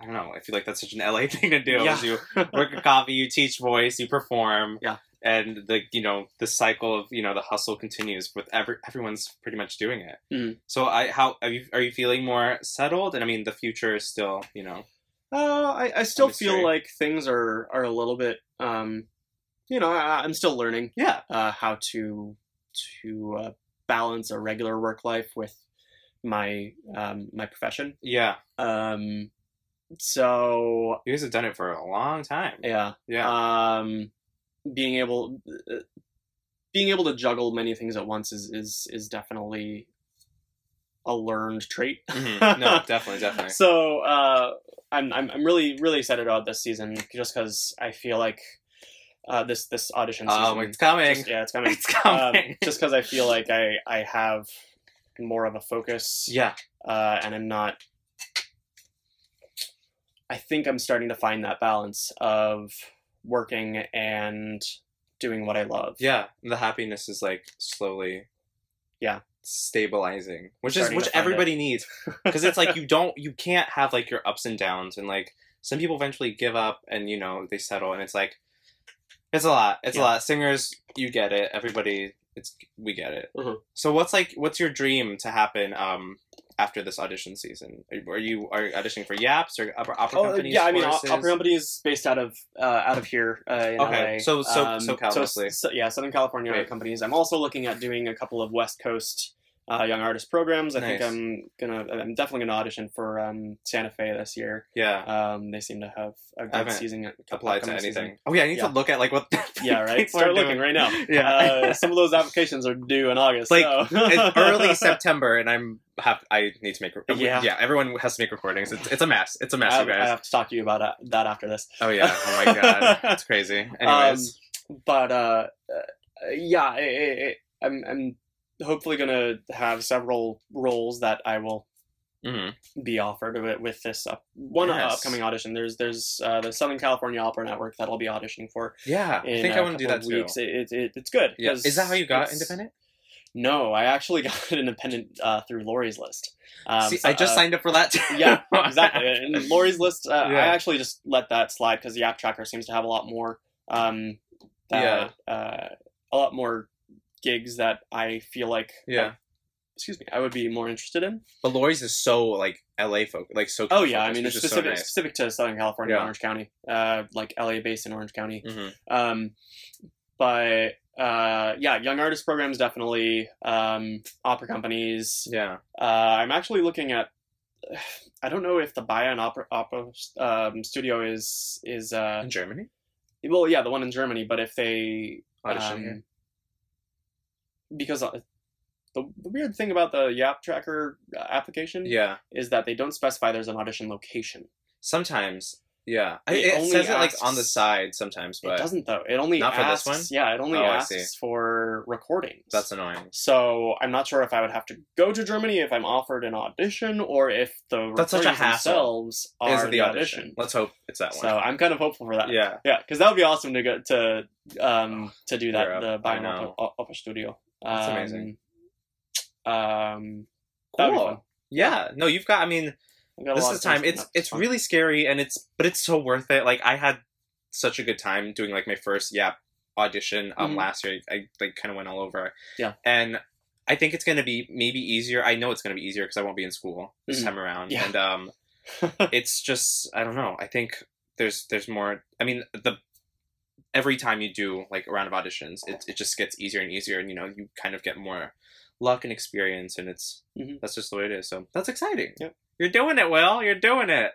Speaker 1: I don't know. I feel like that's such an LA <laughs> thing to do.
Speaker 2: Yeah.
Speaker 1: is You work at coffee, you teach voice, you perform.
Speaker 2: Yeah.
Speaker 1: And the you know the cycle of you know the hustle continues with every everyone's pretty much doing it.
Speaker 2: Mhm.
Speaker 1: So I how are you are you feeling more settled? And I mean the future is still you know
Speaker 2: <laughs> Uh, I, I still feel
Speaker 1: Industry.
Speaker 2: like things are are a little bit, um, you know, I, I'm still learning.
Speaker 1: yeah
Speaker 2: uh, how to to uh, balance a regular work life with my um, my profession.
Speaker 1: yeah
Speaker 2: Um, so
Speaker 1: You guys have done it for a long time.
Speaker 2: yeah,
Speaker 1: Yeah.
Speaker 2: um, being able uh, being able to juggle many things at once is is is definitely a learned trait.
Speaker 1: Mhm. <laughs>
Speaker 2: <laughs>
Speaker 1: No, definitely, definitely.
Speaker 2: So uh, I'm, I'm I'm really really excited about this season just because I feel like uh, this this audition season.
Speaker 1: Um, it's coming.
Speaker 2: just- yeah, it's
Speaker 1: <laughs>
Speaker 2: coming. <laughs>
Speaker 1: it's
Speaker 2: um,
Speaker 1: coming.
Speaker 2: just because I feel like I I have more of a focus,
Speaker 1: yeah.
Speaker 2: uh, and I'm not. I think I'm starting to find that balance of working and doing what I love.
Speaker 1: Yeah. The happiness is like slowly.
Speaker 2: Yeah.
Speaker 1: Stabilizing, which is
Speaker 2: Starting to
Speaker 1: which
Speaker 2: find
Speaker 1: everybody needs,
Speaker 2: <laughs>
Speaker 1: because it's like you don't, you can't have like your ups and downs, and like some people eventually give up and you know they settle, and it's like, it's a lot. It's a
Speaker 2: Yeah.
Speaker 1: lot. Singers, you get it. Everybody, it's we get it.
Speaker 2: Mhm.
Speaker 1: So what's like, what's your dream to happen? Um. After this audition season, are you are, you, are you auditioning for Yaps or opera, opera
Speaker 2: Oh,
Speaker 1: companies?
Speaker 2: yeah, I mean,
Speaker 1: choruses?
Speaker 2: opera company is based out of uh, out of here uh, in
Speaker 1: Okay,
Speaker 2: LA.
Speaker 1: so- so- SoCal
Speaker 2: so,
Speaker 1: mostly.
Speaker 2: so- yeah, Southern California
Speaker 1: Right.
Speaker 2: companies. I'm also looking at doing a couple of West Coast uh, young artist programs. I think
Speaker 1: Nice.
Speaker 2: I'm gonna, I'm definitely gonna audition for um, Santa Fe this year.
Speaker 1: Yeah.
Speaker 2: Um, they seem to have a good
Speaker 1: haven't
Speaker 2: season.
Speaker 1: Applied to
Speaker 2: upcoming
Speaker 1: anything.
Speaker 2: season.
Speaker 1: <laughs> Oh yeah, I need
Speaker 2: Yeah.
Speaker 1: to look at like what. <laughs>
Speaker 2: Yeah, right.
Speaker 1: people are
Speaker 2: Start
Speaker 1: doing.
Speaker 2: looking right now.
Speaker 1: <laughs> Yeah.
Speaker 2: uh, some of those applications are due in August.
Speaker 1: Like,
Speaker 2: so. <laughs>
Speaker 1: it's early September, and I'm have I need to make. re-
Speaker 2: Yeah. Oh,
Speaker 1: yeah. Everyone has to make recordings. It's, it's a mess. It's a mess,
Speaker 2: I,
Speaker 1: you guys.
Speaker 2: I have to talk to you about that, that after this.
Speaker 1: oh yeah. Oh my
Speaker 2: <laughs>
Speaker 1: god. It's crazy.
Speaker 2: Um,
Speaker 1: Anyways,
Speaker 2: But uh, uh, yeah, i i i I'm, I'm hopefully gonna have several roles that I will
Speaker 1: Mhm.
Speaker 2: be offered with, with this up, one
Speaker 1: Yes.
Speaker 2: upcoming audition. There's there's uh, the Southern California Opera Network that I'll be auditioning for.
Speaker 1: yeah.
Speaker 2: in
Speaker 1: I think
Speaker 2: a
Speaker 1: I want to do
Speaker 2: couple
Speaker 1: that
Speaker 2: of
Speaker 1: too.
Speaker 2: weeks. It, it, it- it's good.
Speaker 1: Yeah.
Speaker 2: 'cause
Speaker 1: Is that how you got
Speaker 2: it's-
Speaker 1: independent?
Speaker 2: No, I actually <laughs> got independent uh, through Lori's list. Um,
Speaker 1: See,
Speaker 2: so,
Speaker 1: I just
Speaker 2: uh,
Speaker 1: signed up for
Speaker 2: <laughs>
Speaker 1: that. too.
Speaker 2: yeah,
Speaker 1: <laughs>
Speaker 2: exactly. And Lori's list, uh, I
Speaker 1: Yeah.
Speaker 2: actually just let that slide because the app tracker seems to have a lot more, um, uh, uh, a lot more gigs that I feel like,
Speaker 1: Yeah.
Speaker 2: excuse me, I would be more interested in.
Speaker 1: But Lori's is so like LA folk, like so.
Speaker 2: Oh yeah, I
Speaker 1: focused,
Speaker 2: mean
Speaker 1: which
Speaker 2: it's
Speaker 1: is so
Speaker 2: specific
Speaker 1: nice.
Speaker 2: specific to Southern California,
Speaker 1: Yeah.
Speaker 2: Orange County, uh, like LA based in Orange County.
Speaker 1: Mhm.
Speaker 2: Um, but uh, yeah, young artist programs definitely, um, opera companies,
Speaker 1: Yeah.
Speaker 2: Uh, I'm actually looking at. <sighs> I don't know if the Bayern Opera, opera um, Studio is is uh,
Speaker 1: In Germany, Oh,
Speaker 2: well, yeah, the one in Germany, but if they
Speaker 1: audition
Speaker 2: um,
Speaker 1: here.
Speaker 2: because uh, the, the weird thing about the Yap Tracker uh, application
Speaker 1: Yeah.
Speaker 2: is that they don't specify there's an audition location.
Speaker 1: Sometimes. Yeah. I,
Speaker 2: It
Speaker 1: it
Speaker 2: only
Speaker 1: says it like on the
Speaker 2: asks-
Speaker 1: side sometimes,
Speaker 2: it
Speaker 1: but
Speaker 2: doesn't though. It only
Speaker 1: Not for
Speaker 2: asks
Speaker 1: this one?
Speaker 2: yeah, it only
Speaker 1: Oh, I see.
Speaker 2: asks for recordings.
Speaker 1: that's annoying.
Speaker 2: so I'm not sure if I would have to go to Germany if I'm offered an audition or if the
Speaker 1: That's such a
Speaker 2: recordings
Speaker 1: hassle.
Speaker 2: themselves are
Speaker 1: Is it
Speaker 2: the audition.
Speaker 1: Let's hope it's that
Speaker 2: So
Speaker 1: one.
Speaker 2: I'm kind of hopeful for that.
Speaker 1: Yeah.
Speaker 2: Yeah, because that would be awesome to go to um to do that
Speaker 1: Europe,
Speaker 2: the
Speaker 1: I
Speaker 2: Bayern Opera,
Speaker 1: know.
Speaker 2: O- Opera Studio.
Speaker 1: That's
Speaker 2: um,
Speaker 1: amazing.
Speaker 2: Um, that'd be fun.
Speaker 1: Cool. Yeah. No, you've got. I mean,
Speaker 2: I've got a
Speaker 1: this
Speaker 2: lot
Speaker 1: is
Speaker 2: of
Speaker 1: time.
Speaker 2: things
Speaker 1: It's
Speaker 2: coming up.
Speaker 1: it's
Speaker 2: fun.
Speaker 1: really scary, and it's but it's so worth it. Like I had such a good time doing like my first yeah audition um
Speaker 2: Mhm.
Speaker 1: last year. I like kind of went all over.
Speaker 2: Yeah.
Speaker 1: And I think it's gonna be maybe easier. I know it's gonna be easier because I won't be in school this
Speaker 2: Mhm.
Speaker 1: time around.
Speaker 2: Yeah.
Speaker 1: And um,
Speaker 2: <laughs>
Speaker 1: it's just I don't know. I think there's there's more. I mean the every time you do like a round of auditions, it it just gets easier and easier, and you know you kind of get more luck and experience, and it's
Speaker 2: Mhm.
Speaker 1: that's just the way it is. So that's exciting.
Speaker 2: Yep.
Speaker 1: You're doing it, Will. You're doing it.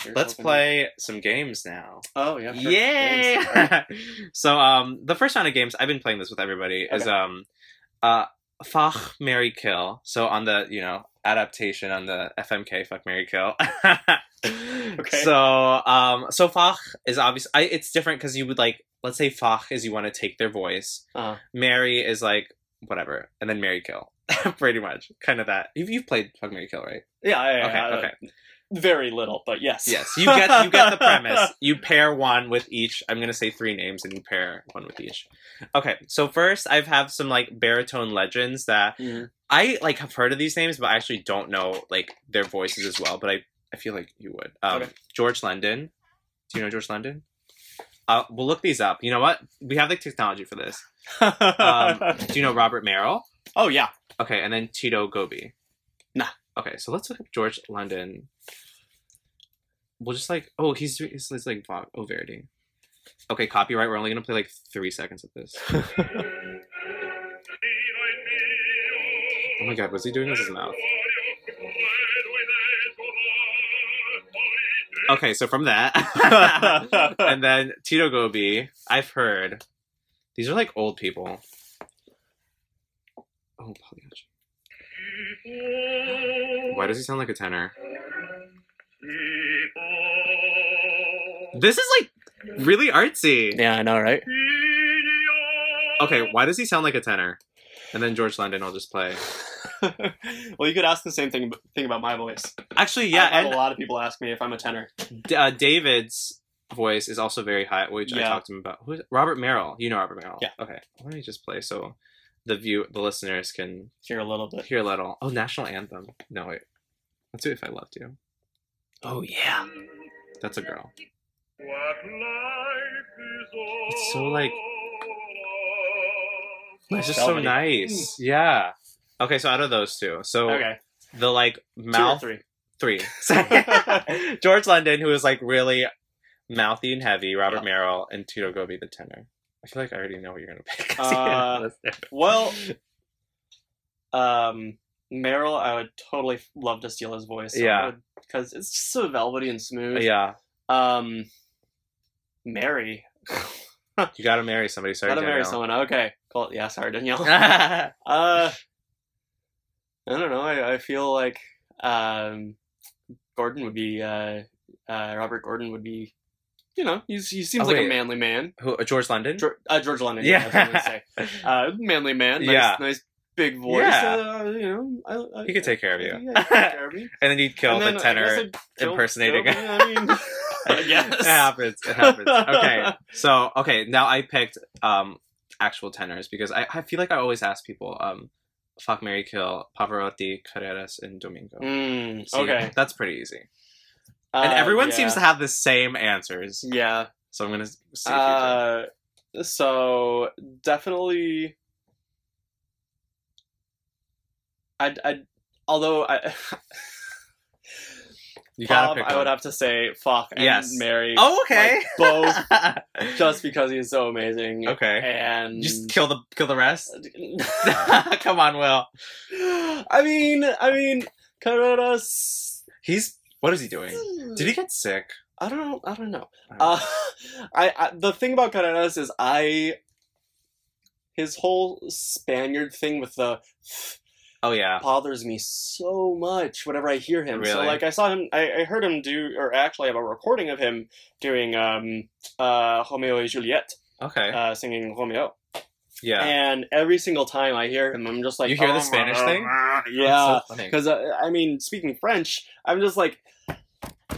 Speaker 2: Here's
Speaker 1: Let's
Speaker 2: hoping-
Speaker 1: play some games now.
Speaker 2: Oh yeah. sure.
Speaker 1: Yay!
Speaker 2: Thanks. All right.
Speaker 1: <laughs> so um, the first round of games I've been playing this with everybody is
Speaker 2: Okay.
Speaker 1: um, uh, Fach Mary Kill. So on the you know adaptation on the FMK Fuck Mary Kill. <laughs> okay. So um, so Fach is obviously I, it's different because you would like let's say Fach is you want to take their voice.
Speaker 2: Uh-huh.
Speaker 1: Mary is like whatever, and then Mary Kill. <laughs> Pretty much, kind of that. You've, you've played Fuck Mary Kill, right?
Speaker 2: Yeah. yeah, yeah,
Speaker 1: okay,
Speaker 2: uh,
Speaker 1: okay.
Speaker 2: Very little, but yes.
Speaker 1: <laughs> Yes, you get you get the
Speaker 2: <laughs>
Speaker 1: premise. You pair one with each. I'm gonna say three names, and you pair one with each. Okay, so first I have some like baritone legends that
Speaker 2: Mhm.
Speaker 1: I like have heard of these names, but I actually don't know like their voices as well. But I I feel like you would. Um,
Speaker 2: Okay.
Speaker 1: George London. Do you know George London? Uh, we'll look these up. You know what? We have the technology for this. Um, do you know Robert Merrill?
Speaker 2: oh yeah.
Speaker 1: Okay, and then Tito Gobi.
Speaker 2: Nah.
Speaker 1: Okay, so let's look up George London. We'll just like oh he's he's, he's like Bob oh Verity. Okay, copyright. We're only gonna play like three seconds of this. Oh my god, was he doing this with his mouth? Okay, so from that, <laughs> and then Tito Gobi. I've heard these are like old people. Oh, Pagliacci. Why does he sound like a tenor? This is like really artsy.
Speaker 2: Yeah, I know,
Speaker 1: <laughs>
Speaker 2: right?
Speaker 1: Okay, why does he sound like a tenor? And then George London, I'll just play.
Speaker 2: well, you could ask the same thing thing about my voice.
Speaker 1: Actually,
Speaker 2: Yeah,
Speaker 1: yeah,
Speaker 2: I've had a
Speaker 1: and
Speaker 2: lot of people ask me if I'm a tenor.
Speaker 1: D- uh, David's voice is also very high, which I
Speaker 2: Yeah.
Speaker 1: talked to him about. Who is Robert Merrill. You know Robert Merrill.
Speaker 2: Yeah.
Speaker 1: Okay, let me just play so the view the listeners can
Speaker 2: Here a little bit.
Speaker 1: hear a little. Oh, national anthem. No wait, let's do if I loved you. Oh yeah, that's a girl.
Speaker 3: It's
Speaker 1: so, like- It's just so
Speaker 2: Velvety.
Speaker 1: nice. Yeah. Okay, so out of those two, so
Speaker 2: Okay,
Speaker 1: the like
Speaker 2: two or
Speaker 1: mouth
Speaker 2: three. <laughs>
Speaker 1: three. <laughs> George London, who is like really mouthy and heavy, Robert
Speaker 2: Yeah.
Speaker 1: Merrill, and Tito Gobi, the tenor. I feel <laughs> like I already know what you're gonna pick.
Speaker 2: Uh, Well, um, Meryl, I would totally f- love to steal his voice.
Speaker 1: Yeah.
Speaker 2: Because it's just so velvety and smooth.
Speaker 1: Yeah,
Speaker 2: Um, Mary.
Speaker 1: you gotta marry somebody. Sorry,
Speaker 2: How to marry
Speaker 1: Danielle.
Speaker 2: someone. Okay. Cool. Yeah, sorry,
Speaker 1: <laughs>
Speaker 2: Danielle.
Speaker 1: marry
Speaker 2: Uh, I don't know. I, I feel like um, Gordon would be uh, uh, Robert Gordon would be, you know, he's, he seems
Speaker 1: Oh,
Speaker 2: like
Speaker 1: wait.
Speaker 2: a manly man.
Speaker 1: Who? uh, George London.
Speaker 2: George, uh, George London.
Speaker 1: Yeah.
Speaker 2: Yeah, that's what I was
Speaker 1: <laughs>
Speaker 2: gonna say. Uh, manly man. Nice,
Speaker 1: Yeah.
Speaker 2: nice big voice.
Speaker 1: Yeah.
Speaker 2: Uh, you know, I, I,
Speaker 1: He could take care of you.
Speaker 2: Yeah, he could take care of me.
Speaker 1: <laughs> and then you'd kill
Speaker 2: And then
Speaker 1: the
Speaker 2: I
Speaker 1: tenor.
Speaker 2: guess
Speaker 1: <laughs> It
Speaker 2: I'd kill
Speaker 1: impersonating.
Speaker 2: Phil,
Speaker 1: <laughs>
Speaker 2: I mean, I guess.
Speaker 1: happens. It happens.
Speaker 2: <laughs>
Speaker 1: Okay. So okay, now I picked um actual tenors because I, I feel like I always ask people um fuck Mary Kill Pavarotti Carreras and Domingo.
Speaker 2: Mm,
Speaker 1: See,
Speaker 2: okay. Uh,
Speaker 1: that's pretty easy. And everyone seems to have the same answers.
Speaker 2: Yeah.
Speaker 1: So I'm gonna s- see if you
Speaker 2: Uh, so definitely, I, I, although I, <laughs>
Speaker 1: do. You gotta
Speaker 2: Bob,
Speaker 1: pick
Speaker 2: I
Speaker 1: one.
Speaker 2: would have to say fuck and
Speaker 1: Yes.
Speaker 2: Mary.
Speaker 1: oh, okay.
Speaker 2: like,
Speaker 1: <laughs>
Speaker 2: both <laughs> just because he's so amazing.
Speaker 1: okay.
Speaker 2: And <laughs>
Speaker 1: Just kill the kill the rest. <laughs> Come on, Will.
Speaker 2: I mean, I mean, Carreras.
Speaker 1: He's what is he doing? Did he get sick?
Speaker 2: hmm, I don't. I don't know. Uh, <laughs> I, I the thing about Carreras is I his whole Spaniard thing with the
Speaker 1: oh yeah.
Speaker 2: bothers me so much whenever I hear him. So
Speaker 1: Really?
Speaker 2: like I saw him, I, I heard him do, or actually I have a recording of him doing um, uh, Romeo and Juliet,
Speaker 1: Okay.
Speaker 2: uh, singing Romeo.
Speaker 1: yeah.
Speaker 2: And every single time I hear him, I'm just like,
Speaker 1: You hear the
Speaker 2: "Oh my
Speaker 1: Spanish
Speaker 2: God."
Speaker 1: thing?
Speaker 2: Yeah,
Speaker 1: That's so funny.
Speaker 2: because I mean, speaking French, I'm just like.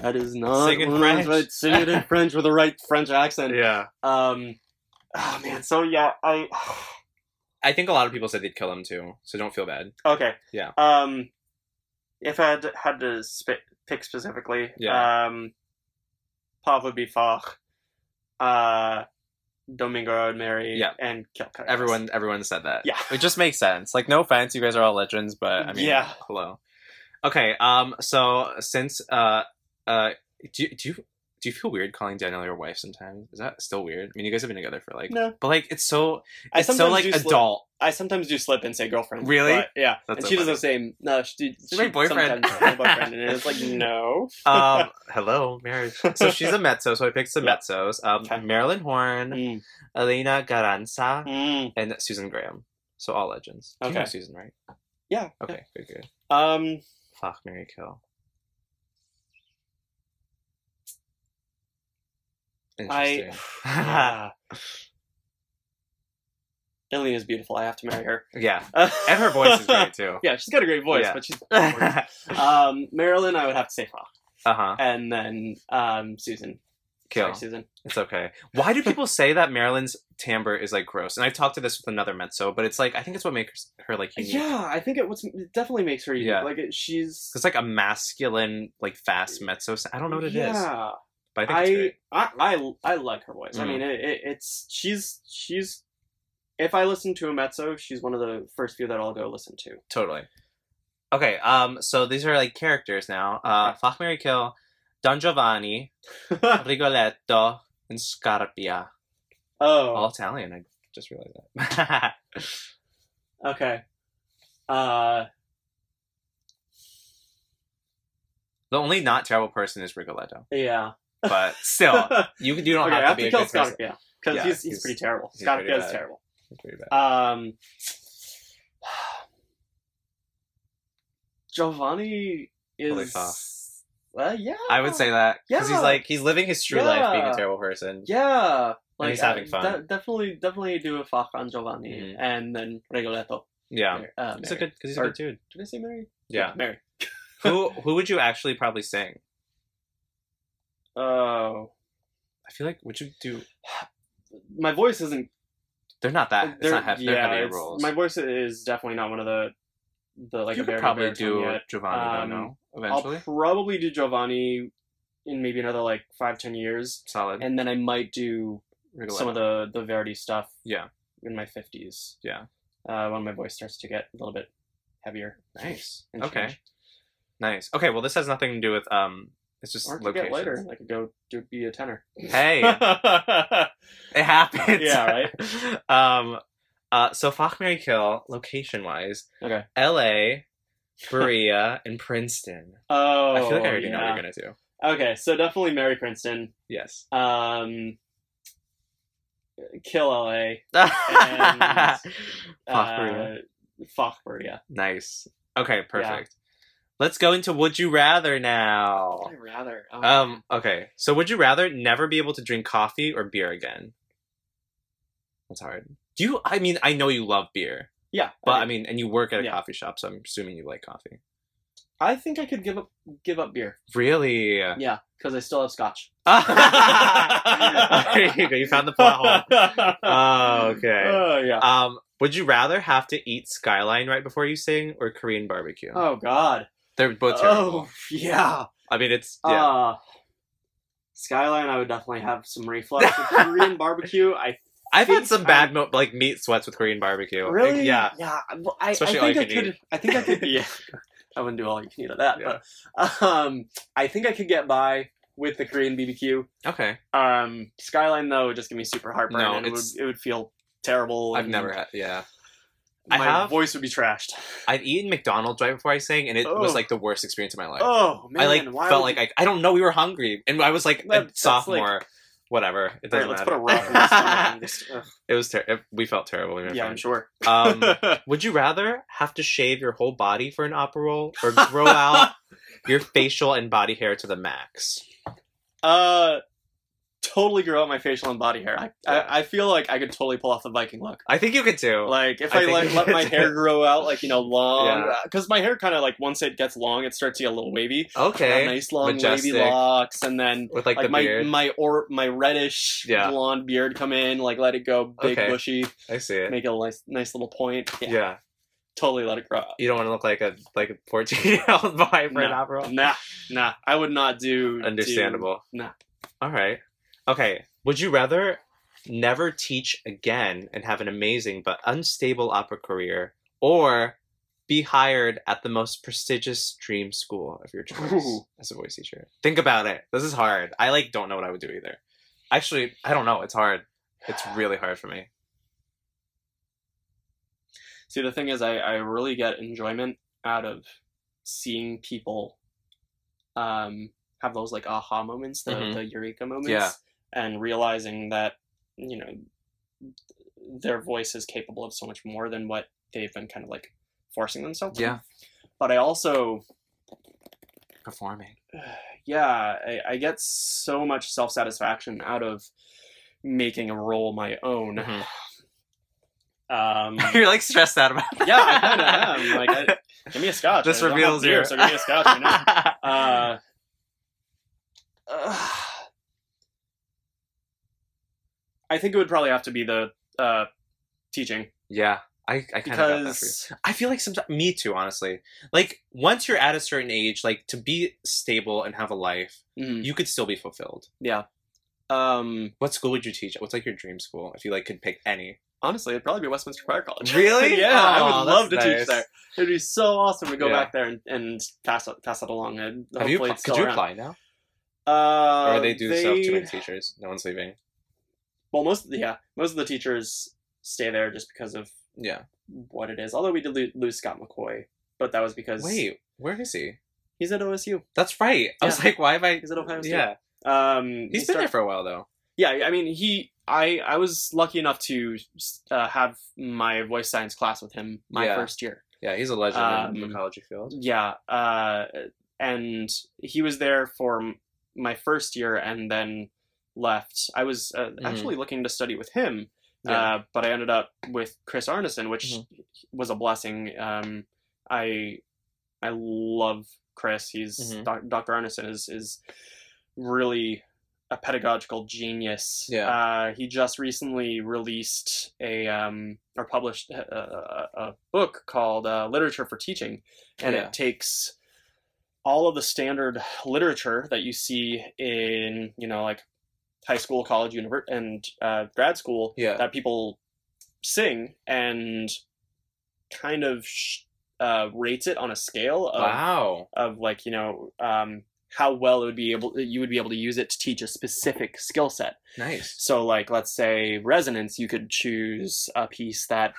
Speaker 2: That is not
Speaker 1: Sing in
Speaker 2: one
Speaker 1: French.
Speaker 2: of the- Sing it in French with the right French accent.
Speaker 1: Yeah.
Speaker 2: Um, oh man, so yeah, I <sighs>
Speaker 1: I think a lot of people said they'd kill him too, so don't feel bad.
Speaker 2: okay.
Speaker 1: Yeah.
Speaker 2: Um, if I had to, had to sp- pick specifically,
Speaker 1: Yeah.
Speaker 2: Um, Pav would be Fach. Uh, Domingo I would marry.
Speaker 1: Yeah.
Speaker 2: And kill Kairos.
Speaker 1: Everyone everyone said that.
Speaker 2: Yeah.
Speaker 1: It just makes sense. Like no offense, you guys are all legends, but I mean
Speaker 2: Yeah.
Speaker 1: hello. Okay, um so since uh uh do you- do you do you feel weird calling Danielle your wife sometimes? Is that still weird? I mean you guys have been together for like
Speaker 2: No.
Speaker 1: but like it's so
Speaker 2: I
Speaker 1: it's so
Speaker 2: sometimes
Speaker 1: like
Speaker 2: do slip-
Speaker 1: adult.
Speaker 2: I sometimes do slip and say girlfriend.
Speaker 1: Really?
Speaker 2: but, yeah.
Speaker 1: That's
Speaker 2: and
Speaker 1: so
Speaker 2: she does the same. No, she. she
Speaker 1: my boyfriend.
Speaker 2: sometimes calls me boyfriend,
Speaker 1: <laughs>
Speaker 2: and it's like no. <laughs>
Speaker 1: um hello, marriage. So she's a mezzo, so I picked some
Speaker 2: Yeah.
Speaker 1: mezzos. Um
Speaker 2: Okay.
Speaker 1: Marilyn Horn,
Speaker 2: Mm,
Speaker 1: Elena Garanza,
Speaker 2: mm.
Speaker 1: and Susan Graham. So all legends. Do You know
Speaker 2: Okay.
Speaker 1: Susan, right?
Speaker 2: Yeah.
Speaker 1: Okay, good, good.
Speaker 2: Um.
Speaker 1: Fuck Mary Kill.
Speaker 2: I.
Speaker 1: Interesting.
Speaker 2: Yeah. <sighs> Elena's beautiful. I have to marry her.
Speaker 1: yeah. <laughs> And her voice is great too.
Speaker 2: <laughs> yeah, she's got a great voice,
Speaker 1: Yeah.
Speaker 2: but she's
Speaker 1: <laughs> uh
Speaker 2: um, Marilyn. I would have to say Fox,
Speaker 1: huh.
Speaker 2: and then um, Susan.
Speaker 1: Kill.
Speaker 2: Sorry, Susan.
Speaker 1: It's okay. Why do people say that Marilyn's timbre is like gross? And I've talked to this with another mezzo, but it's like I think it's what makes her like unique.
Speaker 2: Yeah, I think it what's it definitely makes her unique.
Speaker 1: Yeah.
Speaker 2: Like it, she's.
Speaker 1: It's like a masculine, like fast mezzo. sound. I don't know what it is,
Speaker 2: yeah,
Speaker 1: but I think it's
Speaker 2: I,
Speaker 1: great.
Speaker 2: I I I like her voice. I
Speaker 1: Mhm.
Speaker 2: mean, it, it, it's she's she's. If I listen to a mezzo, she's one of the first few that I'll go listen to.
Speaker 1: Totally. Okay. Um. So these are like characters now. Uh, Fuck Mary Kill, Don Giovanni,
Speaker 2: <laughs>
Speaker 1: Rigoletto and Scarpia. All
Speaker 2: oh,
Speaker 1: Italian. I just realized that. <laughs>
Speaker 2: okay. Uh,
Speaker 1: the only not terrible person is Rigoletto,
Speaker 2: yeah. <laughs>
Speaker 1: but still, you you <laughs> don't
Speaker 2: okay, I
Speaker 1: have to
Speaker 2: have
Speaker 1: be
Speaker 2: to
Speaker 1: a
Speaker 2: kill
Speaker 1: good person.
Speaker 2: Scott. Yeah, because
Speaker 1: Yeah,
Speaker 2: he's, he's
Speaker 1: he's-
Speaker 2: pretty terrible.
Speaker 1: he's
Speaker 2: Scott
Speaker 1: pretty
Speaker 2: is
Speaker 1: bad.
Speaker 2: terrible.
Speaker 1: It's pretty bad.
Speaker 2: Um, <sighs> Giovanni
Speaker 1: Holy
Speaker 2: is.
Speaker 1: fuck.
Speaker 2: Uh, yeah.
Speaker 1: I would say that because
Speaker 2: yeah.
Speaker 1: he's like he's living his true life being
Speaker 2: Yeah.
Speaker 1: a terrible person.
Speaker 2: Yeah. Like,
Speaker 1: he's having
Speaker 2: uh,
Speaker 1: fun.
Speaker 2: de- definitely, definitely do a fuck on Giovanni
Speaker 1: Mhm.
Speaker 2: and then Rigoletto.
Speaker 1: Yeah,
Speaker 2: Uh,
Speaker 1: he's a
Speaker 2: Mary.
Speaker 1: good because he's a
Speaker 2: Or-
Speaker 1: good dude.
Speaker 2: Did I say Mary?
Speaker 1: Um, Yeah.
Speaker 2: Mary.
Speaker 1: who who would you actually probably sing?
Speaker 2: Oh.
Speaker 1: I feel like would you do?
Speaker 2: My voice isn't.
Speaker 1: They're not that. Ah, It's
Speaker 2: they're-
Speaker 1: not heavy. they're
Speaker 2: yeah,
Speaker 1: heavier
Speaker 2: it's-
Speaker 1: roles.
Speaker 2: My voice is definitely not one of the. the like
Speaker 1: you
Speaker 2: a very,
Speaker 1: could probably
Speaker 2: very
Speaker 1: do
Speaker 2: tone yet.
Speaker 1: Giovanni. though,
Speaker 2: Um,
Speaker 1: no, eventually.
Speaker 2: I'll probably do Giovanni in maybe another like five, ten years.
Speaker 1: Solid.
Speaker 2: And then I might do
Speaker 1: Rigoletto.
Speaker 2: some of the the Verity stuff.
Speaker 1: Yeah.
Speaker 2: In my fifties.
Speaker 1: Yeah.
Speaker 2: Uh, when my voice starts to get a little bit heavier.
Speaker 1: nice.
Speaker 2: and
Speaker 1: Okay.
Speaker 2: change.
Speaker 1: Nice. Okay. Well, this has nothing to do with um. It's just
Speaker 2: Or it could
Speaker 1: location.
Speaker 2: get lighter. I could go do be a tenor. <laughs>
Speaker 1: Hey, it happens.
Speaker 2: Yeah,
Speaker 1: <laughs>
Speaker 2: right?
Speaker 1: um, uh, so Fuck Mary Kill, location wise,
Speaker 2: Okay.
Speaker 1: L.A., Berea, <laughs> and Princeton.
Speaker 2: Oh,
Speaker 1: I feel like I already know what
Speaker 2: yeah.
Speaker 1: you're gonna do.
Speaker 2: Okay, so definitely Mary Princeton.
Speaker 1: Yes.
Speaker 2: Um, kill LA.
Speaker 1: Fuck
Speaker 2: Uh,
Speaker 1: Berea.
Speaker 2: fuck Berea.
Speaker 1: <laughs> Nice. Okay, perfect. Let's go into would you rather now.
Speaker 2: I'd rather. Oh,
Speaker 1: Um, okay. So would you rather never be able to drink coffee or beer again? That's hard. Do you I mean I know you love beer,
Speaker 2: yeah,
Speaker 1: but
Speaker 2: I,
Speaker 1: I mean and you work at a
Speaker 2: Yeah.
Speaker 1: coffee shop, so I'm assuming you like coffee.
Speaker 2: I think I could give up give up beer. <laughs>
Speaker 1: Really?
Speaker 2: Yeah, because I still have
Speaker 1: <laughs>
Speaker 2: scotch.
Speaker 1: there you go. You found the plot
Speaker 2: <laughs>
Speaker 1: hole. Oh, okay.
Speaker 2: Oh yeah.
Speaker 1: Um, would you rather have to eat skyline right before you sing or Korean barbecue?
Speaker 2: Oh God.
Speaker 1: They're both terrible.
Speaker 2: Oh yeah.
Speaker 1: I mean, it's yeah.
Speaker 2: Uh, Skyline, I would definitely have some reflux. With Korean barbecue, I
Speaker 1: I've had
Speaker 2: think
Speaker 1: some bad mo- like meat sweats with Korean barbecue. Like,
Speaker 2: really
Speaker 1: yeah.
Speaker 2: yeah. well, I, I
Speaker 1: Especially
Speaker 2: think
Speaker 1: all
Speaker 2: I
Speaker 1: you
Speaker 2: could.
Speaker 1: can
Speaker 2: I think I
Speaker 1: <laughs>
Speaker 2: could. Yeah, <laughs> I wouldn't do all you can eat of that,
Speaker 1: Yeah.
Speaker 2: but um, I think I could get by with the Korean BBQ.
Speaker 1: Okay.
Speaker 2: Um, Skyline though would just give me super heartburn,
Speaker 1: No,
Speaker 2: and it would,
Speaker 1: it's-
Speaker 2: it would feel terrible.
Speaker 1: I've
Speaker 2: and
Speaker 1: never had. Yeah. I
Speaker 2: My
Speaker 1: have-
Speaker 2: voice would be trashed.
Speaker 1: I've eaten McDonald's right before I sang, and it was
Speaker 2: Oh.
Speaker 1: like the worst experience of my life.
Speaker 2: Oh man,
Speaker 1: I like
Speaker 2: why
Speaker 1: felt
Speaker 2: would
Speaker 1: like
Speaker 2: you-
Speaker 1: I, I don't know we were hungry, and I was like
Speaker 2: That-
Speaker 1: a
Speaker 2: that's
Speaker 1: sophomore. Whatever. It
Speaker 2: All right,
Speaker 1: doesn't
Speaker 2: let's put
Speaker 1: matter.
Speaker 2: a rock in my stomach. and just- ugh.
Speaker 1: <laughs> it was terrible. We felt terrible. we were
Speaker 2: yeah,
Speaker 1: fine.
Speaker 2: I'm sure. <laughs>
Speaker 1: Um, Would you rather have to shave your whole body for an opera roll or grow
Speaker 2: <laughs>
Speaker 1: out your facial and body hair to the max?
Speaker 2: Uh, totally grow out my facial and body hair. I, I, I feel like I could totally pull off the Viking look.
Speaker 1: I think you could too.
Speaker 2: Like if
Speaker 1: Oh. I
Speaker 2: I,
Speaker 1: think
Speaker 2: like,
Speaker 1: you
Speaker 2: let
Speaker 1: could
Speaker 2: my
Speaker 1: do <laughs>
Speaker 2: hair grow out, like you know, long,
Speaker 1: Yeah.
Speaker 2: because my hair kind of like once it gets long, it starts to get a little wavy.
Speaker 1: okay.
Speaker 2: nice long
Speaker 1: Majestic.
Speaker 2: wavy locks, and then
Speaker 1: With like,
Speaker 2: like,
Speaker 1: the
Speaker 2: my
Speaker 1: beard.
Speaker 2: my or my reddish
Speaker 1: Yeah.
Speaker 2: blonde beard come in, like let it go big
Speaker 1: Okay.
Speaker 2: bushy,
Speaker 1: I see it.
Speaker 2: make it a nice nice little point. Yeah,
Speaker 1: yeah.
Speaker 2: totally let it grow out.
Speaker 1: You don't want to look like a like a fourteen year old <laughs> boy for an
Speaker 2: No.
Speaker 1: opera. roll.
Speaker 2: Nah, nah, I would not do
Speaker 1: Understandable.
Speaker 2: do- nah.
Speaker 1: All right. Okay. Would you rather never teach again and have an amazing but unstable opera career, or be hired at the most prestigious dream school of your choice
Speaker 2: Ooh.
Speaker 1: as a voice teacher? Think about it. This is hard. I like don't know what I would do either. Actually, I don't know. It's hard. It's really hard for me.
Speaker 2: See, the thing is, I, I really get enjoyment out of seeing people um, have those like aha moments, the,
Speaker 1: Mhm.
Speaker 2: the eureka moments,
Speaker 1: Yeah.
Speaker 2: and realizing that, you know, their voice is capable of so much more than what they've been kind of like forcing themselves. to.
Speaker 1: Yeah.
Speaker 2: But I also,
Speaker 1: Performing.
Speaker 2: yeah, I, I get so much self satisfaction out of making a role my own.
Speaker 1: Mhm.
Speaker 2: Um,
Speaker 1: <laughs> You're like stressed out about.
Speaker 2: yeah, I kind of am. Like, I, give me a
Speaker 1: <laughs>
Speaker 2: scotch.
Speaker 1: This
Speaker 2: I don't have
Speaker 1: reveals
Speaker 2: beer,
Speaker 1: your-
Speaker 2: So give me a scotch right now. Uh, <sighs> uh, I think it would probably have to be the uh, teaching
Speaker 1: <laughs> yeah, I, I kind of got that for you.
Speaker 2: because
Speaker 1: I feel like sometimes me too, honestly. Like once you're at a certain age, like to be stable and have a life,
Speaker 2: Mm,
Speaker 1: you could still be fulfilled.
Speaker 2: um,
Speaker 1: What school would you teach? What's like your dream school if you like could pick any?
Speaker 2: honestly, it'd probably be Westminster Choir College.
Speaker 1: Really?
Speaker 2: <laughs> yeah, I
Speaker 1: Aw,
Speaker 2: would love to
Speaker 1: that's
Speaker 2: teach
Speaker 1: nice.
Speaker 2: there. It'd be so awesome to go
Speaker 1: Yeah.
Speaker 2: back there and, and pass it pass it along. And
Speaker 1: Have you?
Speaker 2: hopefully
Speaker 1: appl-
Speaker 2: it's
Speaker 1: Could
Speaker 2: still
Speaker 1: you
Speaker 2: around.
Speaker 1: apply now?
Speaker 2: Uh,
Speaker 1: or they do still have too many teachers. No one's leaving.
Speaker 2: Well, most of the, yeah, most of the teachers stay there just because of
Speaker 1: Yeah.
Speaker 2: what it is. Although we did lo- lose Scott McCoy, but that was because
Speaker 1: Wait, where is he?
Speaker 2: he's at OSU.
Speaker 1: That's right. I was
Speaker 2: Yeah.
Speaker 1: like, why have
Speaker 2: <laughs>
Speaker 1: I?
Speaker 2: He's at Ohio State.
Speaker 1: Yeah,
Speaker 2: Um, he
Speaker 1: he's been there for a while though.
Speaker 2: start- yeah, I mean, he. I I was lucky enough to uh, have my voice science class with him my
Speaker 1: Yeah.
Speaker 2: first year.
Speaker 1: Yeah, he's a legend in the
Speaker 2: Um,
Speaker 1: ecology field.
Speaker 2: Yeah, uh, and he was there for m- my first year, and then left. I was uh,
Speaker 1: Mhm.
Speaker 2: actually looking to study with him,
Speaker 1: Yeah.
Speaker 2: uh, but I ended up with Chris Arneson, which
Speaker 1: Mhm.
Speaker 2: was a blessing. Um, I I love Chris. He's
Speaker 1: Mhm.
Speaker 2: doc, Dr. Arneson is is really a pedagogical genius.
Speaker 1: Yeah.
Speaker 2: Uh, he just recently released a um, or published a, a, a book called uh, Literature for Teaching, and
Speaker 1: Yeah.
Speaker 2: it takes all of the standard literature that you see in you know like high school, college, univer- and uh, grad school
Speaker 1: Yeah.
Speaker 2: that people sing and kind of sh- uh, rates it on a scale of,
Speaker 1: wow.
Speaker 2: of like you know um, how well it would be able you would be able to use it to teach a specific skill set.
Speaker 1: Nice.
Speaker 2: So like let's say resonance, you could choose a piece that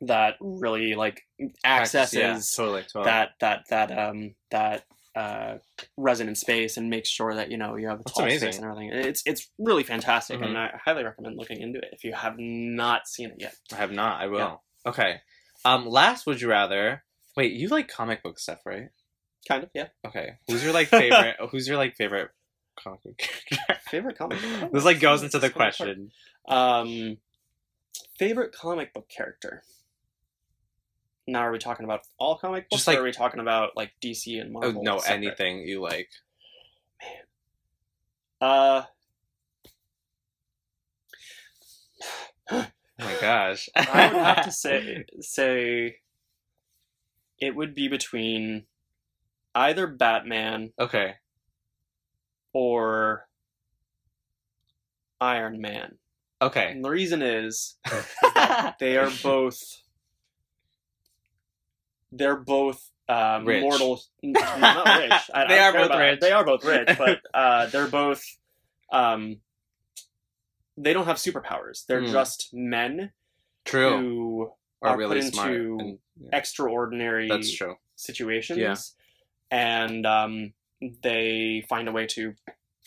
Speaker 2: that really like
Speaker 1: Access-
Speaker 2: accesses
Speaker 1: yeah, totally, totally.
Speaker 2: that that that um that uh resonant space and makes sure that you know you have a
Speaker 1: That's
Speaker 2: tall
Speaker 1: amazing.
Speaker 2: space and everything. It's it's really fantastic,
Speaker 1: Mhm.
Speaker 2: and I highly recommend looking into it if you have not seen it yet.
Speaker 1: I have not. I will.
Speaker 2: Yeah.
Speaker 1: Okay. Um, last would you rather? Wait, you like comic book stuff, right?
Speaker 2: Kind of, yeah.
Speaker 1: Okay. Who's your like
Speaker 2: <laughs>
Speaker 1: favorite? who's your like favorite comic book? character? <laughs>
Speaker 2: Favorite comic. book? I don't
Speaker 1: this
Speaker 2: know.
Speaker 1: like goes into the
Speaker 2: It's kind of hard.
Speaker 1: question.
Speaker 2: Um, favorite comic book character. Now, are we talking about all comic books,
Speaker 1: Just like-
Speaker 2: or are we talking about like DC and
Speaker 1: Oh,
Speaker 2: Marvel?
Speaker 1: no,
Speaker 2: separate?
Speaker 1: anything you
Speaker 2: <laughs>
Speaker 1: like.
Speaker 2: Uh,
Speaker 1: Oh my gosh.
Speaker 2: I would have to say say it would be between either Batman
Speaker 1: <laughs> Okay.
Speaker 2: or Iron Man.
Speaker 1: Okay. <laughs>
Speaker 2: <laughs> And the reason is that they are both they're both um,
Speaker 1: Rich. <laughs>
Speaker 2: mortal. n- Not rich. I, I
Speaker 1: They
Speaker 2: don't
Speaker 1: are
Speaker 2: care
Speaker 1: both
Speaker 2: about-
Speaker 1: rich.
Speaker 2: They are
Speaker 1: <laughs>
Speaker 2: both rich, but uh, they're both. Um, they don't have superpowers. They're
Speaker 1: Hmm.
Speaker 2: just men
Speaker 1: True.
Speaker 2: who
Speaker 1: Or
Speaker 2: are
Speaker 1: really
Speaker 2: put
Speaker 1: smart.
Speaker 2: into-
Speaker 1: and- yeah,
Speaker 2: extraordinary
Speaker 1: that's true.
Speaker 2: situations,
Speaker 1: Yeah.
Speaker 2: and um, they find a way to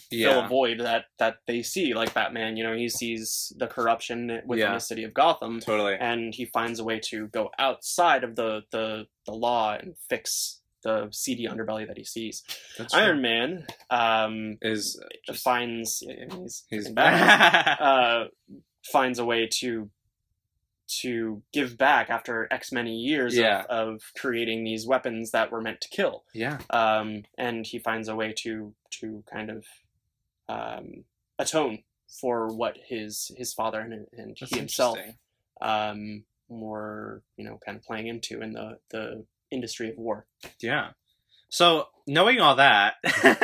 Speaker 2: fill a
Speaker 1: Yeah.
Speaker 2: void that that they see. Like Batman, you know, he sees the corruption within
Speaker 1: Yeah.
Speaker 2: the city of Gotham,
Speaker 1: Totally.
Speaker 2: and he finds a way to go outside of the the the law and fix the seedy underbelly that he sees.
Speaker 1: That's true.
Speaker 2: Iron Man um,
Speaker 1: is just-
Speaker 2: finds he's,
Speaker 1: he's
Speaker 2: in Batman, uh, finds a way to to give back after X many years
Speaker 1: Yeah.
Speaker 2: of, of creating these weapons that were meant to kill.
Speaker 1: <laughs> yeah.
Speaker 2: Um, and he finds a way to to kind of um, atone for what his his father and, and
Speaker 1: That's
Speaker 2: he himself
Speaker 1: interesting.
Speaker 2: um, were you know kind of playing into in the the industry of war.
Speaker 1: Yeah. So, knowing all that, <laughs>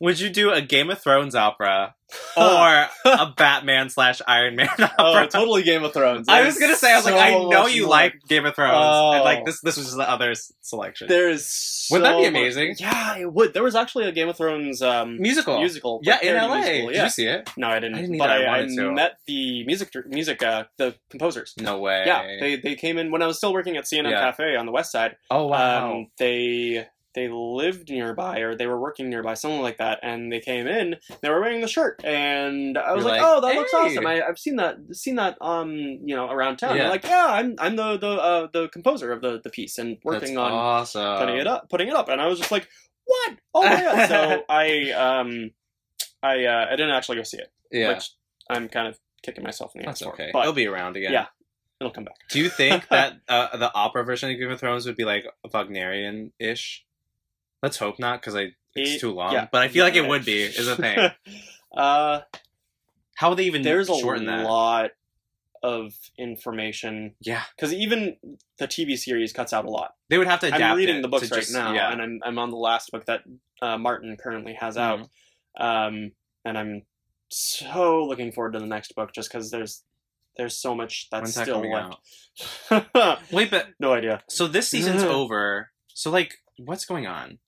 Speaker 1: would you do a Game of Thrones opera or a Batman slash Iron Man <laughs> opera?
Speaker 2: totally Game of Thrones.
Speaker 1: I was gonna say, I was like, I know you like Game of Thrones, and like
Speaker 2: Oh.
Speaker 1: this, this was just the other s- selection.
Speaker 2: There is so
Speaker 1: Wouldn't that be
Speaker 2: much-
Speaker 1: amazing?
Speaker 2: Yeah, it would. There was actually a Game of Thrones um,
Speaker 1: musical.
Speaker 2: musical.
Speaker 1: yeah,
Speaker 2: like,
Speaker 1: in
Speaker 2: parody
Speaker 1: LA.
Speaker 2: musical,
Speaker 1: Did
Speaker 2: yeah.
Speaker 1: you see it?
Speaker 2: No, I didn't.
Speaker 1: I didn't
Speaker 2: but
Speaker 1: either, I
Speaker 2: I, I,
Speaker 1: wanted to.
Speaker 2: met the music music uh, the composers.
Speaker 1: No way.
Speaker 2: Yeah, they they came in when I was still working at CNN
Speaker 1: Yeah.
Speaker 2: Cafe on the West Side.
Speaker 1: oh wow.
Speaker 2: Um, they they lived nearby or they were working nearby, something like that. And they came in. They were wearing the shirt, and I was
Speaker 1: You're
Speaker 2: like,
Speaker 1: like,
Speaker 2: "Oh, that looks
Speaker 1: hey."
Speaker 2: awesome! I, I've seen that seen that um you know around town."
Speaker 1: Yeah.
Speaker 2: They're like, "Yeah, I'm I'm the the uh, the composer of the the piece and working
Speaker 1: That's
Speaker 2: on."
Speaker 1: awesome.
Speaker 2: putting it up, putting it up, and I was just like, "What? Oh my
Speaker 1: <laughs>
Speaker 2: god!" So I, um, I, uh, I didn't actually go see it,
Speaker 1: Yeah,
Speaker 2: which I'm kind of kicking myself in the ass
Speaker 1: that's
Speaker 2: for.
Speaker 1: okay.
Speaker 2: But
Speaker 1: It'll be around again.
Speaker 2: Yeah. it'll come back.
Speaker 1: Do you
Speaker 2: <laughs>
Speaker 1: think that uh, the opera version of Game of Thrones would be like Wagnerian ish? Let's hope not, because I it's
Speaker 2: It-
Speaker 1: too long.
Speaker 2: yeah.
Speaker 1: but I feel like it
Speaker 2: Yeah.
Speaker 1: would be. Is a thing.
Speaker 2: <laughs> uh,
Speaker 1: How
Speaker 2: <laughs>
Speaker 1: would they even
Speaker 2: there's a
Speaker 1: shorten that?
Speaker 2: lot of information
Speaker 1: Yeah,
Speaker 2: because even the TV series cuts out a lot.
Speaker 1: they would have to. Adapt
Speaker 2: I'm
Speaker 1: it
Speaker 2: reading
Speaker 1: to
Speaker 2: the books right
Speaker 1: just-
Speaker 2: now,
Speaker 1: Yeah.
Speaker 2: and I'm I'm on the last book that uh, Martin currently has out.
Speaker 1: Mhm.
Speaker 2: um, and I'm so looking forward to the next book just because there's there's so much that's
Speaker 1: When's that
Speaker 2: still
Speaker 1: coming
Speaker 2: left.
Speaker 1: Wait, but
Speaker 2: <laughs> no idea.
Speaker 1: so this season's
Speaker 2: Mhm.
Speaker 1: over. So like, what's going on?